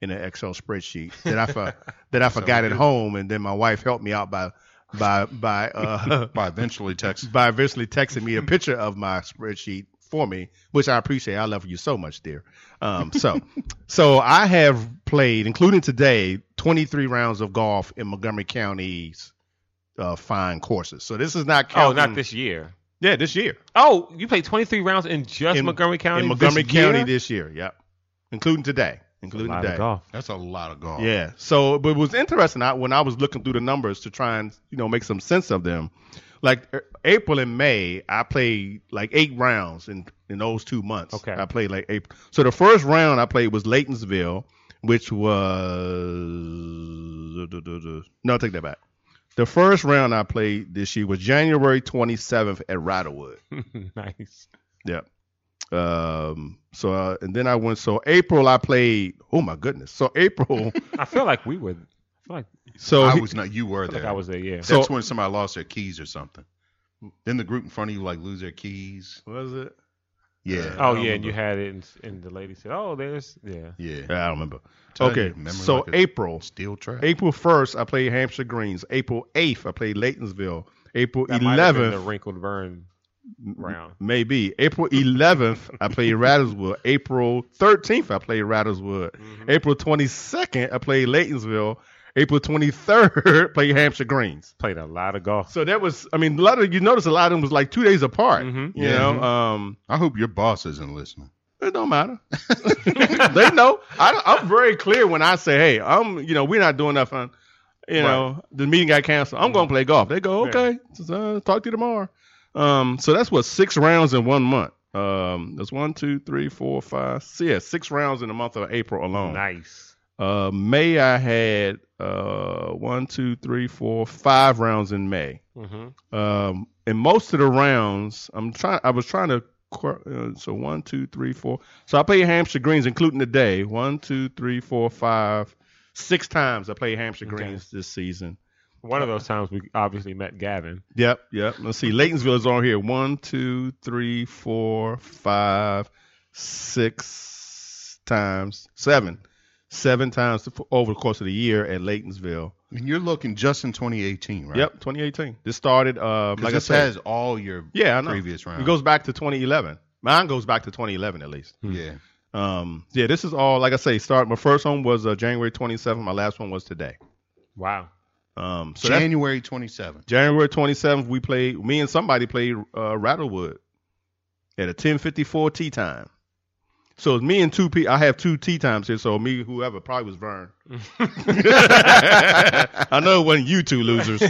in an Excel spreadsheet that I for, that I forgot at home, and then my wife helped me out by by by uh, By eventually text. by eventually texting me a picture of my spreadsheet for me, which I appreciate. I love you so much, dear. Um, so, so I have played, including today, 23 rounds of golf in Montgomery County's uh, fine courses. So this is not Oh, counting. not this year. Yeah, this year. Oh, you played 23 rounds in just In- Montgomery County. in Montgomery this County year? this year. Yep, including today. Including Lot of today. golf. That's a lot of golf. Yeah. So, but it was interesting I, when I was looking through the numbers to try and you know make some sense of them. Like er, April and May, I played like eight rounds in in those two months. Okay. I played like April. So the first round I played was Laytonsville, which was no, take that back. The first round I played this year was January 27th at Riderwood. nice. Yep. Um. So uh, and then I went. So April I played. Oh my goodness. So April. I feel like we were. I feel like, So I he- was not. You were I, feel there. like I was there. Yeah. So- That's when somebody lost their keys or something. Then the group in front of you like lose their keys. was it? Yeah. oh yeah, and you had it, and, and the lady said, "Oh, there's yeah." Yeah. Yeah, I don't remember. Tell you, okay, memory so like a April, Steel trap. April first, I played Hampshire Greens. April eighth, I played Laytonsville. April That might have been eleventh, The wrinkled Vern. Mm-hmm. round. Maybe April 11th, I played Rattlesville. April 13th, I played Rattlesville. April 22nd, I played Laytonsville. April 23rd, played Hampshire Greens. Played a lot of golf. So that was, I mean, a lot of you notice a lot of them was like two days apart. Mhm. You Yeah. know, um, I hope your boss isn't listening. it don't matter. they know. I, I'm very clear when I say, hey, I'm, you know, we're not doing nothing. You know, the meeting got canceled. I'm going to play golf. They go, Mm-hmm. Yeah. okay, so, uh, talk to you tomorrow. Um, so that's what six rounds in one month. Um, that's one, two, three, four, five. So yeah, six rounds in the month of April alone. Nice. Uh, May I had uh one, two, three, four, five rounds in May. hmm Um, and most of the rounds, I'm trying. I was trying to. qu- Uh, so one, two, three, four. So I played Hampshire greens, including the day. One, two, three, four, five, six times I played Hampshire Okay. greens this season. One of those times we obviously met Gavin. Yep, yep. Let's see. Laytonsville is on here. One, two, three, four, five, six times, seven, seven times over the course of the year at Laytonsville. And you're looking just in 2018, right? Yep, 2018. This started. Um, 'Cause like this I said, has all your yeah, I know. previous rounds. It goes back to 2011. Mine goes back to 2011 at least. yeah. Um, yeah, this is all like I say. Start my first one was uh, January 27th. My last one was today. Wow. Um, so that's January 27th. January 27th. We played. Me and somebody played uh, Rattlewood at a 10:54 tea time. So it's me and two people. I have two tea times here. So me, whoever probably was Vern. I know it wasn't you two losers.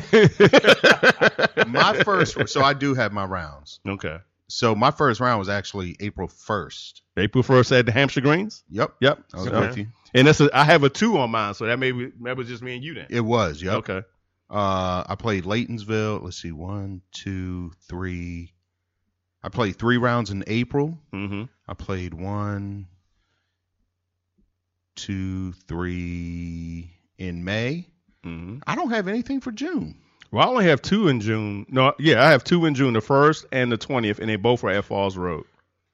My first, so I do have my rounds. okay. So my first round was actually April 1st. April 1st at the Hampshire Greens. Yep. Yep. I was Okay. with you. And that's a, I have a two on mine, so that maybe that was just me and you then. It was, yep. Okay. Uh, I played Laytonsville. Let's see, one, two, three. I played three rounds in April. Mm-hmm. I played one, two, three in May. Mm-hmm. I don't have anything for June. Well, I only have two in June. No, yeah, I have two in June, the first and the twentieth, and they both are at Falls Road.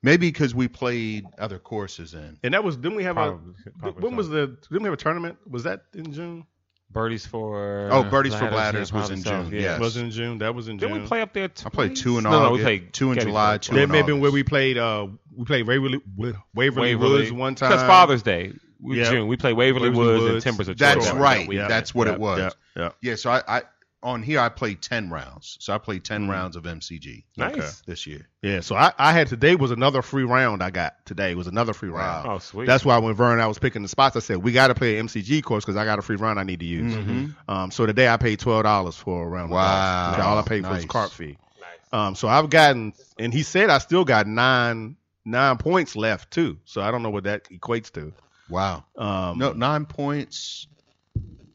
Maybe because we played other courses in. And that was didn't we have Probably, a probably when was so. the didn't we have a tournament? Was that in June? birdies for Oh, Birdies for Bladders yeah, was in probably so, June, yes. Was in June. That was in Didn't June. we play up there? I played two in twice? No, no, we August, played two in Gettysburg July, twice. two That in may have been where August. we played. Uh, we played Waverly Wa- Waverly, Woods one time. That's Father's Day. We, Yeah. June. We played Waverly, Waverly Woods, and Woods. Timbers of That's Troy. right. That weekend. That's what it was. Yeah, yeah. Yeah, so I, I on here I played ten rounds. So I played 10 Mhm. rounds of MCG. Nice. Okay. This year. Yeah, so I, I had today was another free round I got today was another free round. Oh, sweet. That's why when Vern and I was picking the spots, I said we got to play an MCG course because I got a free round I need to use. Mhm. Um, so today I paid twelve dollars for a round. of Wow. golf. So all I paid for was Nice. cart fee. nice. Um, so I've gotten, and he said I still got nine nine points left too. So I don't know what that equates to. Wow. Um, No, nine points.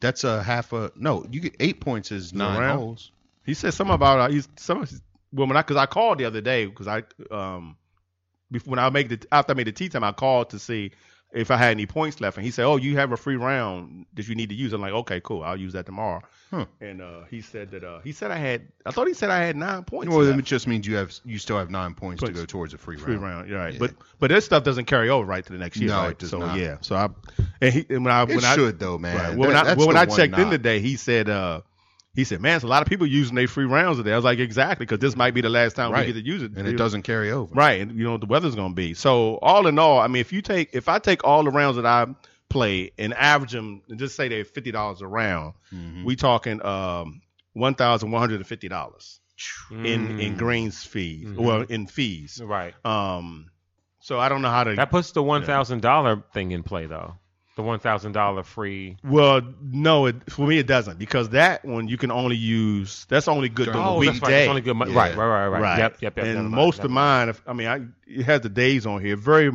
That's a half a no. You get eight points is a nine round? holes. he said something about uh, he's some well when I because I called the other day because I um before when I make the after I made the tea time I called to see if I had any points left and he said oh you have a free round that you need to use I'm like okay cool I'll use that tomorrow Huh. and uh, he said that uh, he said I had I thought he said I had nine points Well, left. it just means you have you still have nine points, Points. to go towards a free, free round. round. You're right. Yeah. But but this stuff doesn't carry over right to the next year. No, right? it does so, not. yeah. So I and he and when I It when I should though, man. right. That- well, when I that's well, when the I one checked in knock. today, he said uh he said, "Man, it's a lot of people using their free rounds today." I was like, "Exactly," because this might be the last time Right. we get to use it, and it doesn't carry over. Right, and you know what the weather's going to be. So all in all, I mean, if you take if I take all the rounds that I play and average them, and just say they're fifty dollars a round, Mhm. we talking um one thousand one hundred and fifty dollars in in Mm. greens fees, Mm-hmm. Mhm. well in fees. Right. Um, so I don't know how to. That puts the one thousand dollar thing in play though. The one thousand dollar free. well, no, it, for me it doesn't because that one you can only use. That's only good During during the the Oh, that's right. weekday. That's only good. Mo- Yeah. Right, right, right, right, Yep, yep, yep. And never mind, most never of mind. mine, if, I mean, I it has the days on here. Very,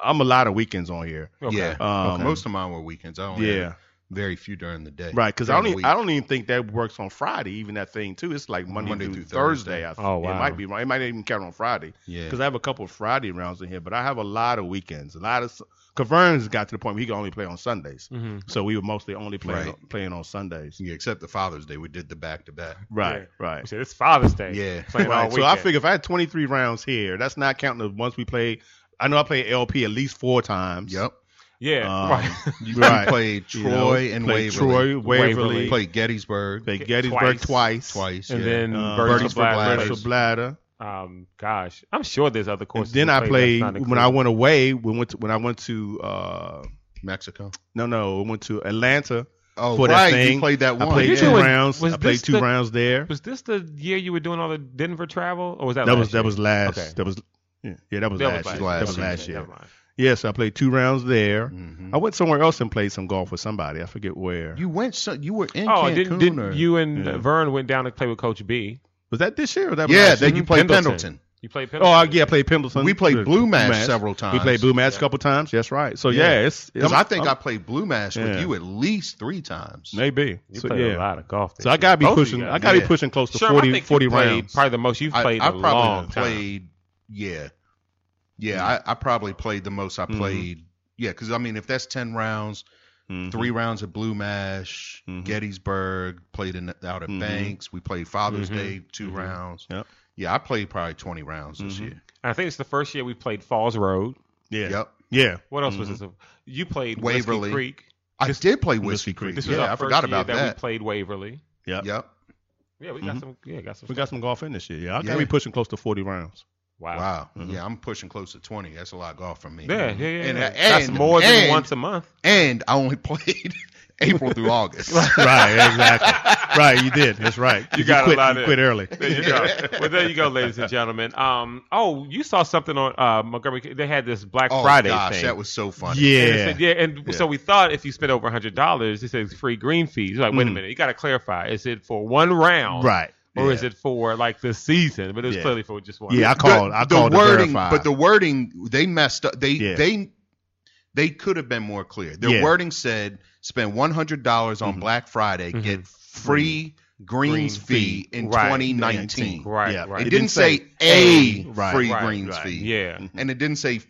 I'm a lot of weekends on here. Okay. Yeah. Um, Okay. Most of mine were weekends. I only Yeah, had very few during the day. right. Because I During don't, the even, week. I don't even think that works on Friday. Even that thing too. It's like Monday, Monday through, through Thursday. Thursday. I, Oh, It wow. might be. wrong. It might not even count on Friday. Yeah. Because I have a couple of Friday rounds in here, but I have a lot of weekends. A lot of. Cavern's got to the point where he can only play on Sundays. Mhm. So we were mostly only playing Mm-hmm. Right. playing on Sundays. Yeah, except the Father's Day, we did the back to back. Right, right. We said it's Father's Day. Yeah. Playing all Right, So I weekend. figure if I had 23 rounds here, that's not counting the ones we played. I know I played LP at least four times. Yep. Yeah. Um, right. You, you Right. played You know, Troy and played Waverly. Troy, Waverly, Waverly. Played Gettysburg played Gettysburg twice, twice. And yeah. then uh, birds Birdies Birdies for for Bladders. Birds for Bladder, Um, gosh, I'm sure there's other And courses. then we I that's played not when I included. went away. When went to, when I went to uh, Mexico. no no I went to Atlanta. Oh, For that right. thing, you played that I one. played You two doing- rounds. was I played this two the- rounds there. Was this the year you were doing all the Denver travel, or was that That last was year? that was last. Okay. That was yeah, yeah that was That last. was year. last that was year. last year. Never mind. Yes, I played two rounds there. Mhm. I went somewhere else and played some golf with somebody. I forget where. You went. So you were in Oh, Cancun. did, did or, you and Yeah. Vern went down to play with Coach B? was that this year or that? was yeah, last year? then you played Pendleton. Pendleton. You played Oh Pendleton. I- yeah, I played Pendleton. We played Uh, Blue Mash several We times. played Blue Mash Yeah. a couple times. That's right. So Yeah. yeah, it's Because I'm- I think i I'm- played Blue Mash Yeah. with you at least three times. maybe. You So, played a yeah. lot of golf. So I gotta be Both of you pushing. guys. I gotta Yeah. be pushing close to Sure, I forty, think you 40 played rounds. Probably the most you've I, played I in a probably long time. played. Yeah, yeah. I, I probably played the most I Mm-hmm. Mhm. played. Yeah, because I mean, if that's ten rounds, Mhm. Mm-hmm. three rounds at Blue Mash, Mhm. Gettysburg, played in out at Mm-hmm. Mhm. Banks. We played Father's Mhm. Day 2 Mhm. rounds. Yep. Yeah, I played probably twenty rounds this Mm-hmm. Mhm. year. I think it's the first year we played Falls Road. Yeah. Yep. Yeah. What else Mhm. was this? You played Whiskey Waverly. Creek. I This- did play Whiskey Whiskey Creek. Creek. This was yeah, our I first forgot year about that, that. we played Waverly. played- Yep. Yeah, we got Mhm. some. Yeah, got some. We got some golf in this year. Yeah, I Yeah. gotta be pushing close to forty rounds. Wow. Mm-hmm. Wow. Mhm. Yeah, I'm pushing close to twenty. That's a lot of golf for me. Yeah, yeah, yeah. And- uh, yeah. and- That's more than and- once a month. And I only played April through August. right. Exactly. right. You did. That's right. You got a quit, lot you in. quit early. There you go. well, there you go, ladies and gentlemen. Um, oh, you saw something on uh, Montgomery. They had this Black oh Friday gosh, thing. that was so funny. And they Yeah. said, yeah, and Yeah. so we thought if you spent over hundred dollars, it says free green fees. Like, wait a Mhm. minute, you got to clarify: is it for one round, Right. or yeah. is it for like the season? But it was Yeah. clearly for just one. Yeah, I The- called. I called the wording, to verify. but the wording they messed up. They Yeah. they they could have been more clear. Their Yeah. wording said spend one hundred dollars on Mhm. Black Friday, Mhm. get free greens Green fee, fee. in Right. twenty nineteen. right, Yeah. It, right. It didn't didn't say say a Right, free right, greens right. fee, yeah, and it didn't say f-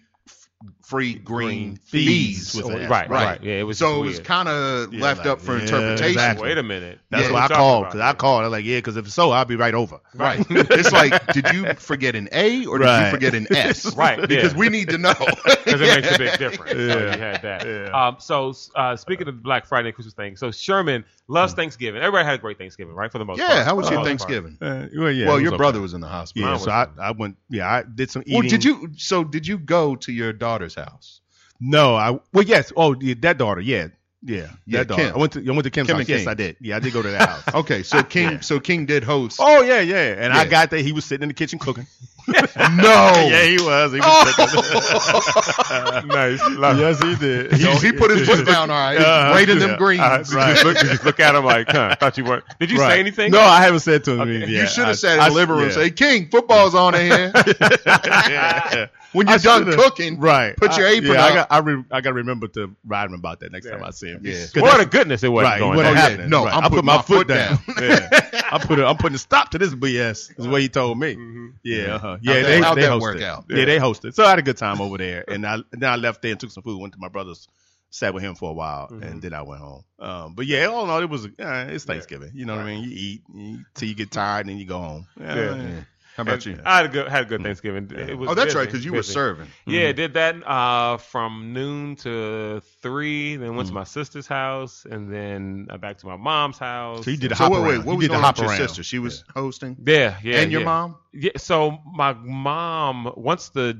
free green, Green fees. fees with an right, right, F. Right. Yeah, it was so it weird. was kind of Yeah, left like, up for yeah, interpretation. exactly. Wait a minute. That's Yeah. why I what we're called. talking Cause I about. called. I was like, yeah. Cause if so, I'll be right over. Right. it's like, did you forget an A or did you Right. forget an S? Right, yeah. Because we need to know. because it makes a big difference. So Yeah. you had that. Yeah. Um, so uh, speaking of the Black Friday Christmas thing, so Sherman loves Thanksgiving. Everybody had a great Thanksgiving, right? For the most part. Hmm. Yeah, how was For the your most part. Thanksgiving? Uh, well, yeah. well, it your was brother okay. was in the hospital. Yeah. Mine So I, I went. Yeah, I did some eating. Well, did you? So did you go to your daughter's house? No, I well yes. Oh, yeah, that daughter, yeah, yeah, Yeah, that daughter. Kim. I went to I went to Kim's Kim house. and Yes, King. I did. Yeah, I did go to that house. Okay, so King, so King did host. oh yeah, yeah. And I Yeah. got there. He was sitting in the kitchen cooking. no! yeah, he was. He was cooking. nice. yes, he did. he, Uh-huh. he put his foot down. All right, Uh, Wait in them yeah. greens. Uh, right. Look, you just look at him like, huh? Thought you weren't. Did you say Right. anything? No, I haven't said to him. Okay. yeah, you should I- have sat in I- the living room. yeah. and Say, King, football's on in here. Yeah. When you're I done should've. cooking, Right. Put your I- apron yeah, up. I got I, re, I got to remember to ride him about that next Yeah. time I see him. Yeah. 'Cause What that- a goodness it was right. going it on. wasn't Oh, yeah. happening. No, Right. I'm I putting put my, my foot foot down. down. Yeah. I put a, I'm putting a stop to this BS. Is what he told me. Yeah, uh-huh. yeah, How'd that- they, how'd they that hosted. work out? Yeah, they hosted. So I had a good time over there, and I then I left there and took some food, went to my brother's, sat with him for a while, Mhm. and then I went home. Um, but yeah, all in all, it was uh, it's Thanksgiving. You know what I mean? You eat, you eat till you get tired, and then you go home. Yeah. Yeah. How about you? I had a good, had a good Thanksgiving. It was Oh, that's busy, right, because you were Mm-hmm. busy. serving. Yeah, did that uh, from noon to three. Then went to Mm. Mhm. my sister's house, and then uh, back to my mom's house. So you did a So hop wait, wait, around. what you was did going the on hop with your around. sister? She was hosting, Yeah, yeah. and your yeah. mom. Yeah, so my mom, once the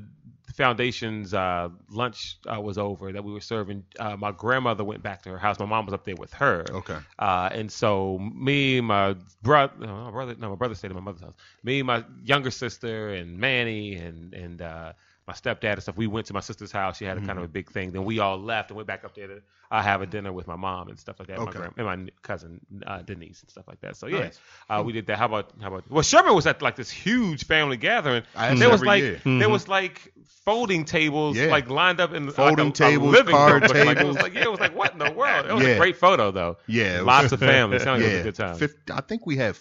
foundation's uh, lunch uh, was over that we were serving, uh, my grandmother went back to her house. My mom was up there with her, Okay. uh, and so me, my brother, my brother, no, my brother stayed at my mother's house. Me, my younger sister, and Manny, and and uh, my stepdad and stuff. We went to my sister's house. She had a kind of Mm-hmm. a big thing. Then we all left and went back up there to uh, have a dinner with my mom and stuff like that. Okay. My grandma and my cousin uh, Denise and stuff like that. So Nice. yeah, uh, we did that. How about how about? Well, Sherman was at like this huge family gathering. I And ask there was every like year. Mm-hmm. there was like folding tables Yeah. like lined up in Folding like, a- a, tables, living card room. Like, it was tables. like yeah, it was like what in the world? It was Yeah. a great photo though. Yeah. it was- Lots of family. Sounds like it was a good time. Fif- I think we had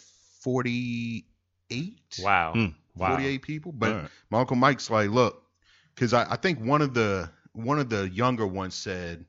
48. Wow. Hmm. Wow. 48 people. But All right. my uncle Mike's like, look, because I, I think one of the one of the younger ones said,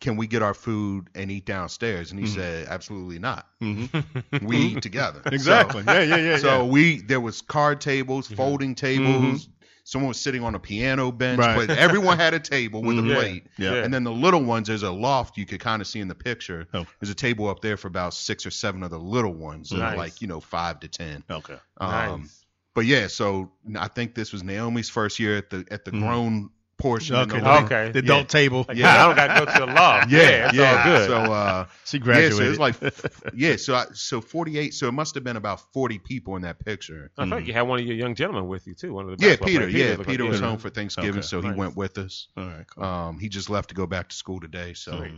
"Can we get our food and eat downstairs?" And he Mm-hmm. Mhm. said, "Absolutely not. Mhm. We eat together." Exactly. yeah, yeah, yeah. So, so yeah. we there was card tables, Mhm. folding tables. Someone was sitting on a piano bench, Right. but everyone had a table with Mhm. a Yeah. plate. Yeah. And then the little ones, there's a loft you could kind of see in the picture. Oh. There's a table up there for about six or seven of the little ones, that are Nice. like you know five to ten. Okay. Um, nice. But yeah, so I think this was Naomi's first year at the at the Mhm. grown portion. Okay. and all that. Okay. The adult table. Like, Yeah. I don't got to go to the law. Yeah, yeah. it's all good. So uh, She yeah, graduated. so it's like yeah, so I, so forty eight. So it must have been about forty people in that picture. I think you had one of your young gentlemen with you too. One of the Hmm. Yeah, basketball Peter. players. Yeah, looked like Peter he was had- home for Thanksgiving, Okay, so he nice. went with us. all right. Cool. Um, he just left to go back to school today. So, Sweet.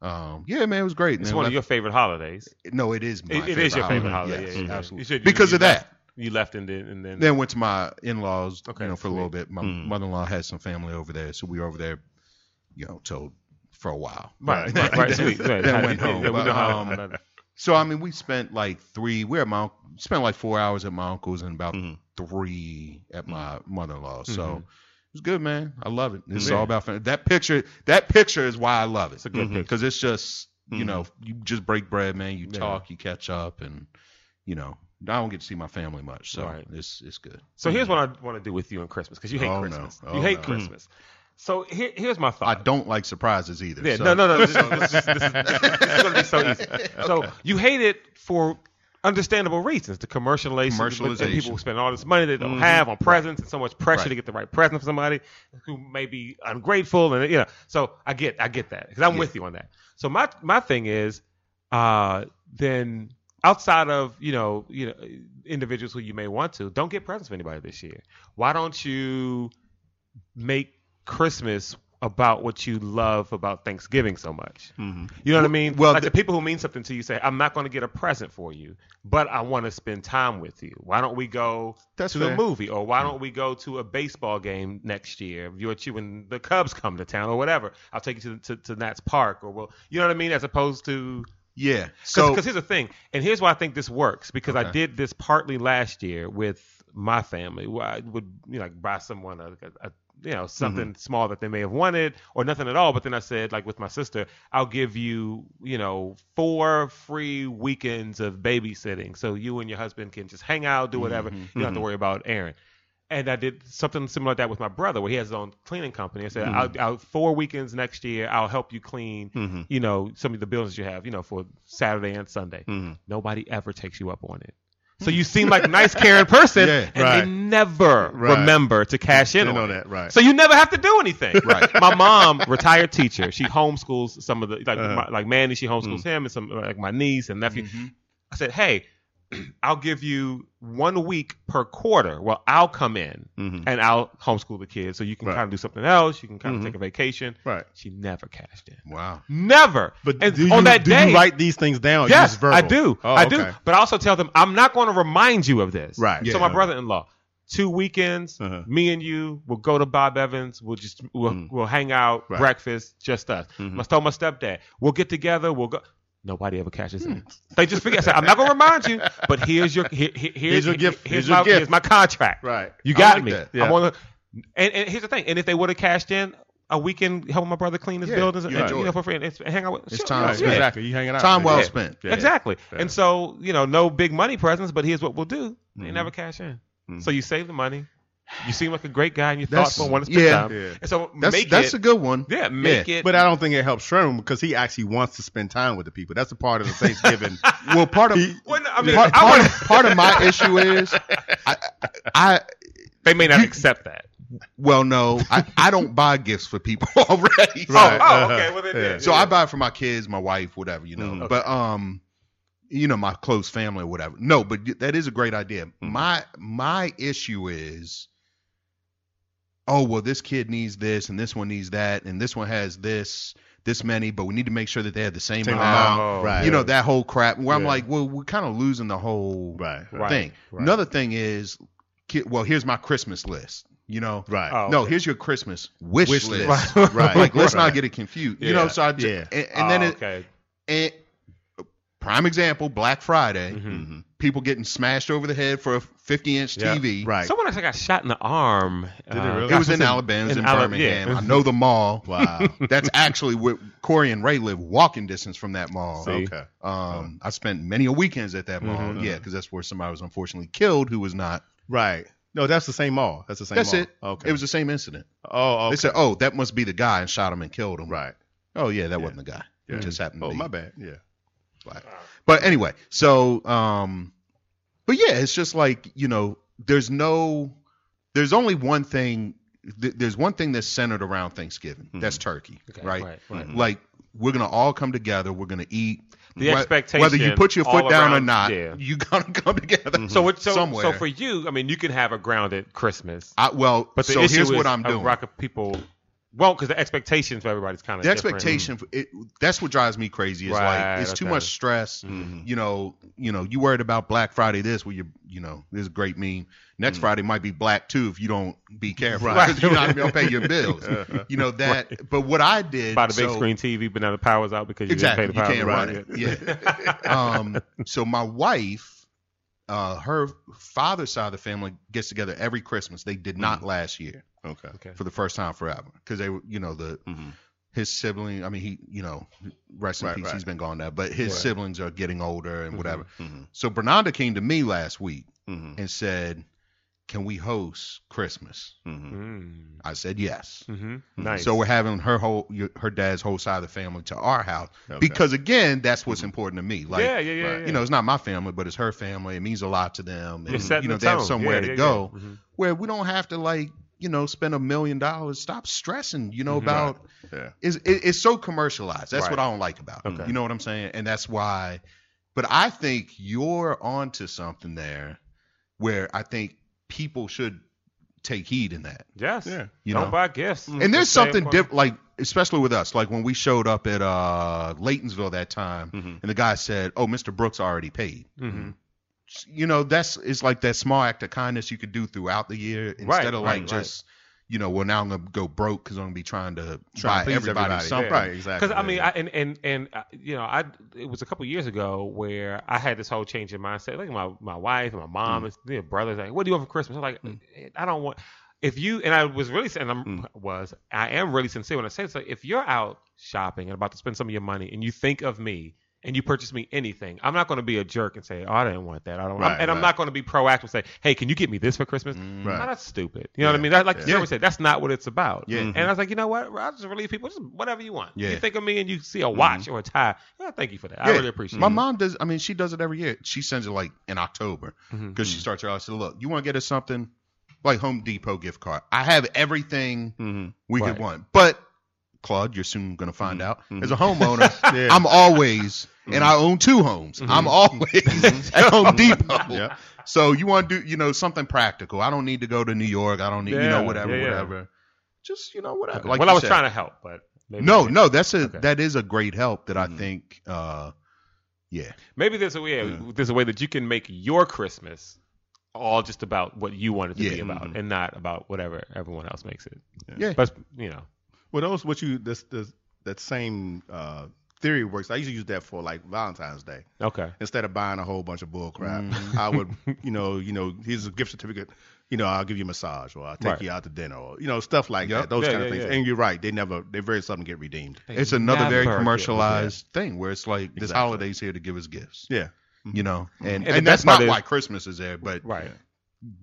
um, yeah, man, it was great. It's man. one of Left- your favorite holidays. no, it is. My It- it is your favorite holiday. Yes, yeah, yeah, yeah. absolutely. You said you- Because you of that, left- you left and then and then. then went to my in-laws, Okay, Hmm. you know, for a little bit. My Mm. mother-in-law had some family over there, so we were over there, you know, till for a while. right, right, right, sweet, right. Then went home. Yeah, we know how- Um, So I mean, we spent like three. We were at my unc- spent like four hours at my uncle's and about Mhm. Mm-hmm. three at my mother-in-law. So Mhm. it's good, man. I love it. It's Yeah. all about fam- that picture. That picture is why I love it. It's a good picture. Mm-hmm. because it's just you Mhm. know you just break bread, man. You Yeah. talk, you catch up, and you know I don't get to see my family much, so Right. it's it's good. So here's what I want to do with you on Christmas because you hate Oh, no. Christmas. Oh, you hate no. Christmas. So here, here's my thought. I don't like surprises either. Yeah, so. no, no, no. This, is- this is- this is- this is going to be so easy. So you hate it for understandable reasons. The commercialization, Commercialization. Mm-hmm. and people spend all this money they don't have on presents, and so much pressure to get the right present for somebody who may be ungrateful, and you know. So I get, I get that because I'm with you on that. So my my thing is, uh, then outside of you know you know individuals who you may want to, don't get presents for anybody this year. Why don't you make Christmas about what you love about Thanksgiving so much? You know what I mean? Mm-hmm. well, like the, the- people who mean something to you say, "I'm not going to get a present for you, but I want to spend time with you." Why don't we go That's to a fair. Mm. movie, or why don't we go to a baseball game next year? If You're you when the Cubs come to town, or whatever. I'll take you to to, to Nats Park, or well, you know what I mean? As opposed to Yeah. because So here's the thing, and here's why I think this works because I Okay. did this partly last year with my family. Where I would you know like buy someone a, a, a you Mm-hmm. know something small that they may have wanted or nothing at all. But then I said like with my sister, I'll give you you know four free weekends of babysitting, so you and your husband can just hang out, do whatever. Mm-hmm. You don't have to worry about Aaron. And I did something similar like that with my brother, where he has his own cleaning company. I said, Mm-hmm. I'll, I'll, four weekends next year, I'll help you clean, you know, some of the buildings you have, you know, for Saturday and Sunday. Mm-hmm. Nobody ever takes you up on it. So you seem like a nice, caring person, Yeah, and right. they never Right. remember to cash in In on on it. that, right. So you never have to do anything. Right. My mom, retired teacher, she homeschools some of the like Uh-huh. my, like Manny, she homeschools Mm. him and some like my niece and nephew. Mm-hmm. I said, hey, I'll give you one week per quarter. Well, I'll come in Mhm. and I'll homeschool the kids, so you can Right. Mm-hmm. kind of do something else. You can kind of take a vacation. Right. She never cashed in. wow. Never. But And do you, on that do day, you write these things down? or you Yes, just verbal? I do. Oh, I do. okay. But I also tell them I'm not going to remind you of this. Right. so Yeah. my brother-in-law, two weekends, Uh-huh. Mm. me and you will go to Bob Evans. We'll just we'll, we'll hang out, Right. Mm-hmm. breakfast, just us. I told my stepdad we'll get together. We'll go. Nobody ever catches it. Hmm. They just forget. I said, I'm not going to remind you, but here's your here, here- here's, Here's your gift. Here's, Here's your my, gift. Here's my contract. Right. You I got like me. that. I'm Yeah. on the, and, and here's the thing. And if they would have cashed in. A weekend helping my brother clean his Yeah, buildings and, you and, enjoy you know it. for free and, and hang out with It's time yeah, spent. yeah. Exactly. You hanging out. Time well Yeah. spent. Yeah. Exactly. Yeah. And so, you know, no big money presents, but here's what we'll do. They Mm-hmm. never cash in. So you save the money. You seem like a great guy and you're That's- thoughtful and want to spend yeah. time. Yeah. And so That's make that's it a good one. Yeah, make it But I don't think it helps Sherman because he actually wants to spend time with the people. That's a part of the Thanksgiving. Well, part of well, no, I mean, part, I part wanna, of, part of my issue is I, I they may not accept that. well no I, I don't buy gifts for people already. Right. Oh, oh, okay. Well, then, Yeah. yeah. So yeah. I buy it for my kids, my wife, whatever, you know. Mhm. But um you know, my close family or whatever. No, but y- that is a great idea. Mm-hmm. My my issue is oh, well this kid needs this and this one needs that and this one has this this many, but we need to make sure that they have the same, Same amount. amount. Right. Oh. You know, that whole crap where I'm Yeah. like, well, we're kind of losing the whole Right. Right. Right. thing. right. Another thing is ki- well, here's my Christmas list, you know. Right. Oh, no, okay. here's your Christmas wish, Wish list. list. Right. Right. Like, let's Right. not get it confused. You Yeah. know, so I ju- Yeah. and, and then Oh, it, okay. and prime example, Black Friday, Mhm. people getting smashed over the head for a 50 inch Yeah. TV. Right. Someone actually got shot in the arm. Did it really? It was in Alabama, it was in in, Ala- Birmingham. yeah. I know the mall. Wow. That's actually where Corey and Ray live, walking distance from that mall. See? Oh. Mm-hmm. okay. Um, I spent many a weekends at that mall. Yeah, because that's where somebody was unfortunately killed who was not. Right. No, that's the same mall. That's the same. That's mall. it. Okay. It was the same incident. Oh. They Okay. said, oh, that must be the guy and shot him and killed him. Right. Oh, yeah, that wasn't the guy. Yeah. It just happened to Oh, be my bad. Yeah. black. But anyway, so um, but yeah, it's just like you know, there's no there's only one thing th- there's one thing that's centered around Thanksgiving. That's turkey, Mm-hmm. Okay, right? right, Mm-hmm. right. Like we're gonna all come together. We're gonna eat. The Wh- whether you expectation put your all foot down or around- not, yeah. Mm-hmm. you're gonna come together. So, it, so, so somewhere. for you, I mean, you can have a grounded Christmas. I, well, But the so issue here's is what I'm a doing. rock of people won't because the expectations for everybody's kind of the expectation for it, that's what drives me crazy is Right, like it's okay. too Mm-hmm. much stress you know you know you worried about black friday this where you you know this is a great meme next friday might be black too if you don't be careful Mm. Right. you're not gonna pay your bills you know that but what i did Buy the big so- screen TV, but now the power's out because you exactly you didn't pay the can't power. run bill. it yeah um so my wife uh her father's side of the family gets together every christmas they did Mm. not last year Okay. Okay. for the first time forever because they were you know the Mhm. his sibling i mean he you know rest in Right, peace right. he's been gone now but his Right. Mm-hmm. siblings are getting older and whatever Mhm. so bernarda came to me last week Mhm. and said can we host christmas Mhm. Mm. i said yes hmm Nice. Mm-hmm. so we're having her whole your- her dad's whole side of the family to our house Okay. because again that's what's important to me like Mm-hmm. yeah, yeah, yeah, yeah. you know it's not my family but it's her family it means a lot to them You're and setting you know the they have tone. somewhere Yeah, to yeah, go yeah. Mhm. where we don't have to like you know spend a million dollars stop stressing you know Mhm. about Yeah. it's, it, it's so commercialized that's Right. what i don't like about it Okay. you know what i'm saying and that's why but i think you're onto something there where i think people should take heed in that Yes. Yeah. you Don't know buy gifts. Mm-hmm. and there's Just save something for- different like especially with us like when we showed up at uh laytonsville that time Mhm. and the guy said oh mr brooks already paid Mm-hmm. Mhm. you know that's it's like that small act of kindness you could do throughout the year instead Right, of like right, right. just you know well now i'm gonna go broke because i'm gonna be trying to Trying to buy please everybody, everybody. something Right, exactly. Because I mean, Yeah. I, and and and uh, you know, I it was a couple years ago where I had this whole change in mindset. Like my my wife and my Mm. mom and their brothers, like, what do you want for Christmas? I'm like, "Eh, I don't want. If you and I was really and I'm Mm. was I am really sincere when I say this. Like, if you're out shopping and about to spend some of your money, and you think of me and you purchase me anything, I'm not going to be a jerk and say, oh, I didn't want that. I don't. want Right, and I'm right. Mm. not going to be proactive and say, hey, can you get me this for Christmas? Right. No, that's stupid. You know what I mean? That, like you always said, that's not what it's about. Yeah. And I Mm-hmm. was like, you know what? I'll just relieve people. Just whatever you want. Yeah. You think of me and you see a watch or a tie. Yeah, thank you for that. I Mm-hmm. Yeah. really appreciate my Mm-hmm. it. mom does i mean she does it every year she sends it like in october because Mhm. Mm-hmm. she starts her i said look you want to get us something like home depot gift card i have everything Mhm. we Right. Mm-hmm. could want but claude you're soon gonna find out Mhm. as a homeowner Yeah. i'm always and i own two homes Mm-hmm. i'm always at home depot Yeah. So you want to do, you know, something practical. I don't need to go to New York. I don't need, you Yeah, know, whatever, yeah, yeah. whatever. Just, you know, whatever. well, I was you said. trying to help, but maybe No, no, that's a Okay. Mm-hmm. that is a great help that I Mhm. think. uh Yeah, Maybe there's a way. Yeah. There's a way that you can make your Christmas all just about what you want it to Yeah. mm-hmm. be about, Mhm. and not about whatever everyone else makes it. Yeah. But you know, Well, those what you this, this that same uh, theory works. I used to use that for like Valentine's Day. okay. Instead of buying a whole bunch of bull crap, Mm-hmm. I would, you know, you know, here's a gift certificate. You know, I'll give you a massage, or I'll take Right. you out to dinner, or you know, stuff like Yep. that. Those Yeah, kind yeah, of things. yeah. And you're right; they never, they very seldom get redeemed. it's another very Never get- commercialized thing where it's like this Exactly. holiday's here to give us gifts. Yeah. You know, Mm-hmm. and the best and, that's not part is- why Christmas is there, but Right. Mm-hmm.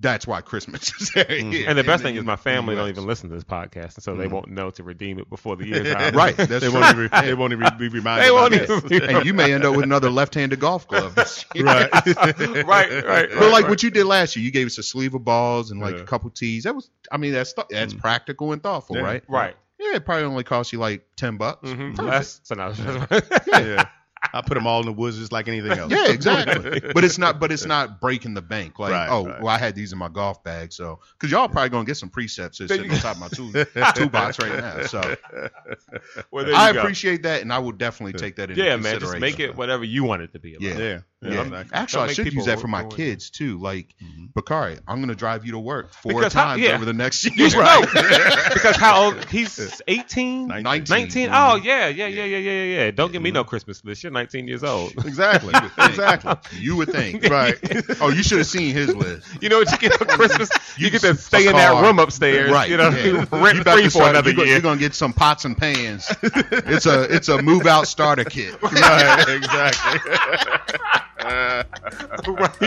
that's why Christmas is there. here And the in best thing is my in the family don't US. even listen to this podcast, and so they won't know to redeem it before the year's out. Mm-hmm. Right, that's They true. won't, even, they won't even be reminded. They won't about this. even. be- and you may end up with another left-handed golf glove. this year. right, right, right. But like what you did last year, you gave us a sleeve of balls and like Yeah. Mm. a couple tees. That was, I mean, that's that's practical and thoughtful, Yeah. right? right. Yeah, it probably only cost you like ten bucks. Mm-hmm. That's, Perfect. so now- yeah. I put them all in the woods just like anything else. Yeah, exactly. but it's not, but it's not breaking the bank. Like, Right, oh, right. well, I had these in my golf bag, so because y'all probably gonna get some presets that's sitting on top of my tool, toolbox right now. So Well, there I you go. appreciate that, and I will definitely take that into Yeah, man. consideration. Just make it whatever you want it to be. About. Yeah. Yeah. Yeah. Mm-hmm. Yeah. Actually, I Don't should make use that for people my work- kids too. Like, Bakari, I'm going to drive you to work four Because how- times yeah. over the next year. because how old? He's 18? 19. 19? Oh, yeah, yeah, yeah, yeah, yeah, yeah. yeah. Don't give me no Christmas list. You're 19 years old. Exactly. exactly. You would think. Right. Oh, you should have seen his list. You know what you get on Christmas? You, You get to s- stay in that car. room upstairs. Right. You know, yeah. rent about free to for start- another you're, year. You're gonna get some pots and pans. It's a it's a move out starter kit. Right, exactly.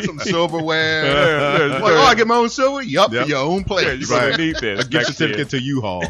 Some silverware. Yeah, yeah, Like, yeah. oh, I get my own silver. Yup, Yep. your own place. Yeah, you're gonna Right. need this. A gift next year. certificate to U-Haul.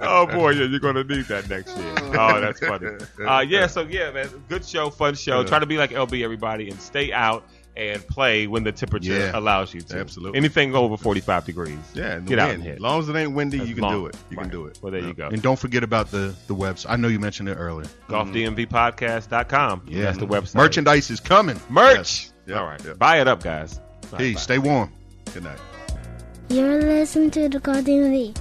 oh boy, yeah, you're gonna need that next year. Oh, that's funny. Uh, yeah, so yeah, man, good show, fun show. Try to be like LB, everybody, and stay out and play when the temperature Yeah. allows you to. Absolutely. Anything over 45 degrees. Yeah, and Get the out wind. and hit. As long as it ain't windy, you can Long. do it. You Right. can do it. Well, there you go. And don't forget about the the website. I know you mentioned it earlier. GolfDMVPodcast.com. Yeah. That's the website. Merchandise is coming. Merch. Yep. All right. Yep. Buy it up, guys. All right, Hey, bye. stay warm. Good night. You're listening to the Golden League.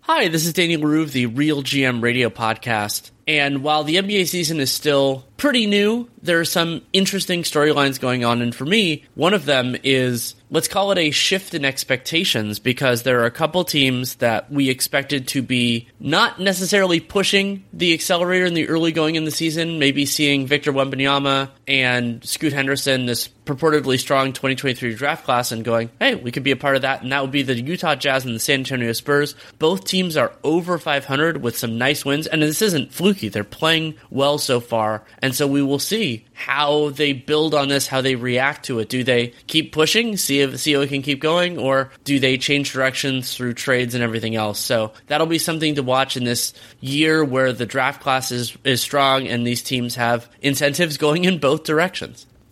Hi, this is Danny LaRue of the Real GM Radio Podcast. And while the NBA season is still pretty new, there are some interesting storylines going on. And for me, one of them is let's call it a shift in expectations because there are a couple teams that we expected to be not necessarily pushing the accelerator in the early going in the season, maybe seeing Victor Wembanyama and Scoot Henderson, this purportedly strong 2023 draft class and going, hey, we could be a part of that. And that would be the Utah Jazz and the San Antonio Spurs. Both teams are over 500 with some nice wins. And this isn't fluky. They're playing well so far. And so we will see how they build on this, how they react to it. Do they keep pushing, see if, see if it can keep going, or do they change directions through trades and everything else? So that'll be something to watch in this year where the draft class is, is strong and these teams have incentives going in both directions.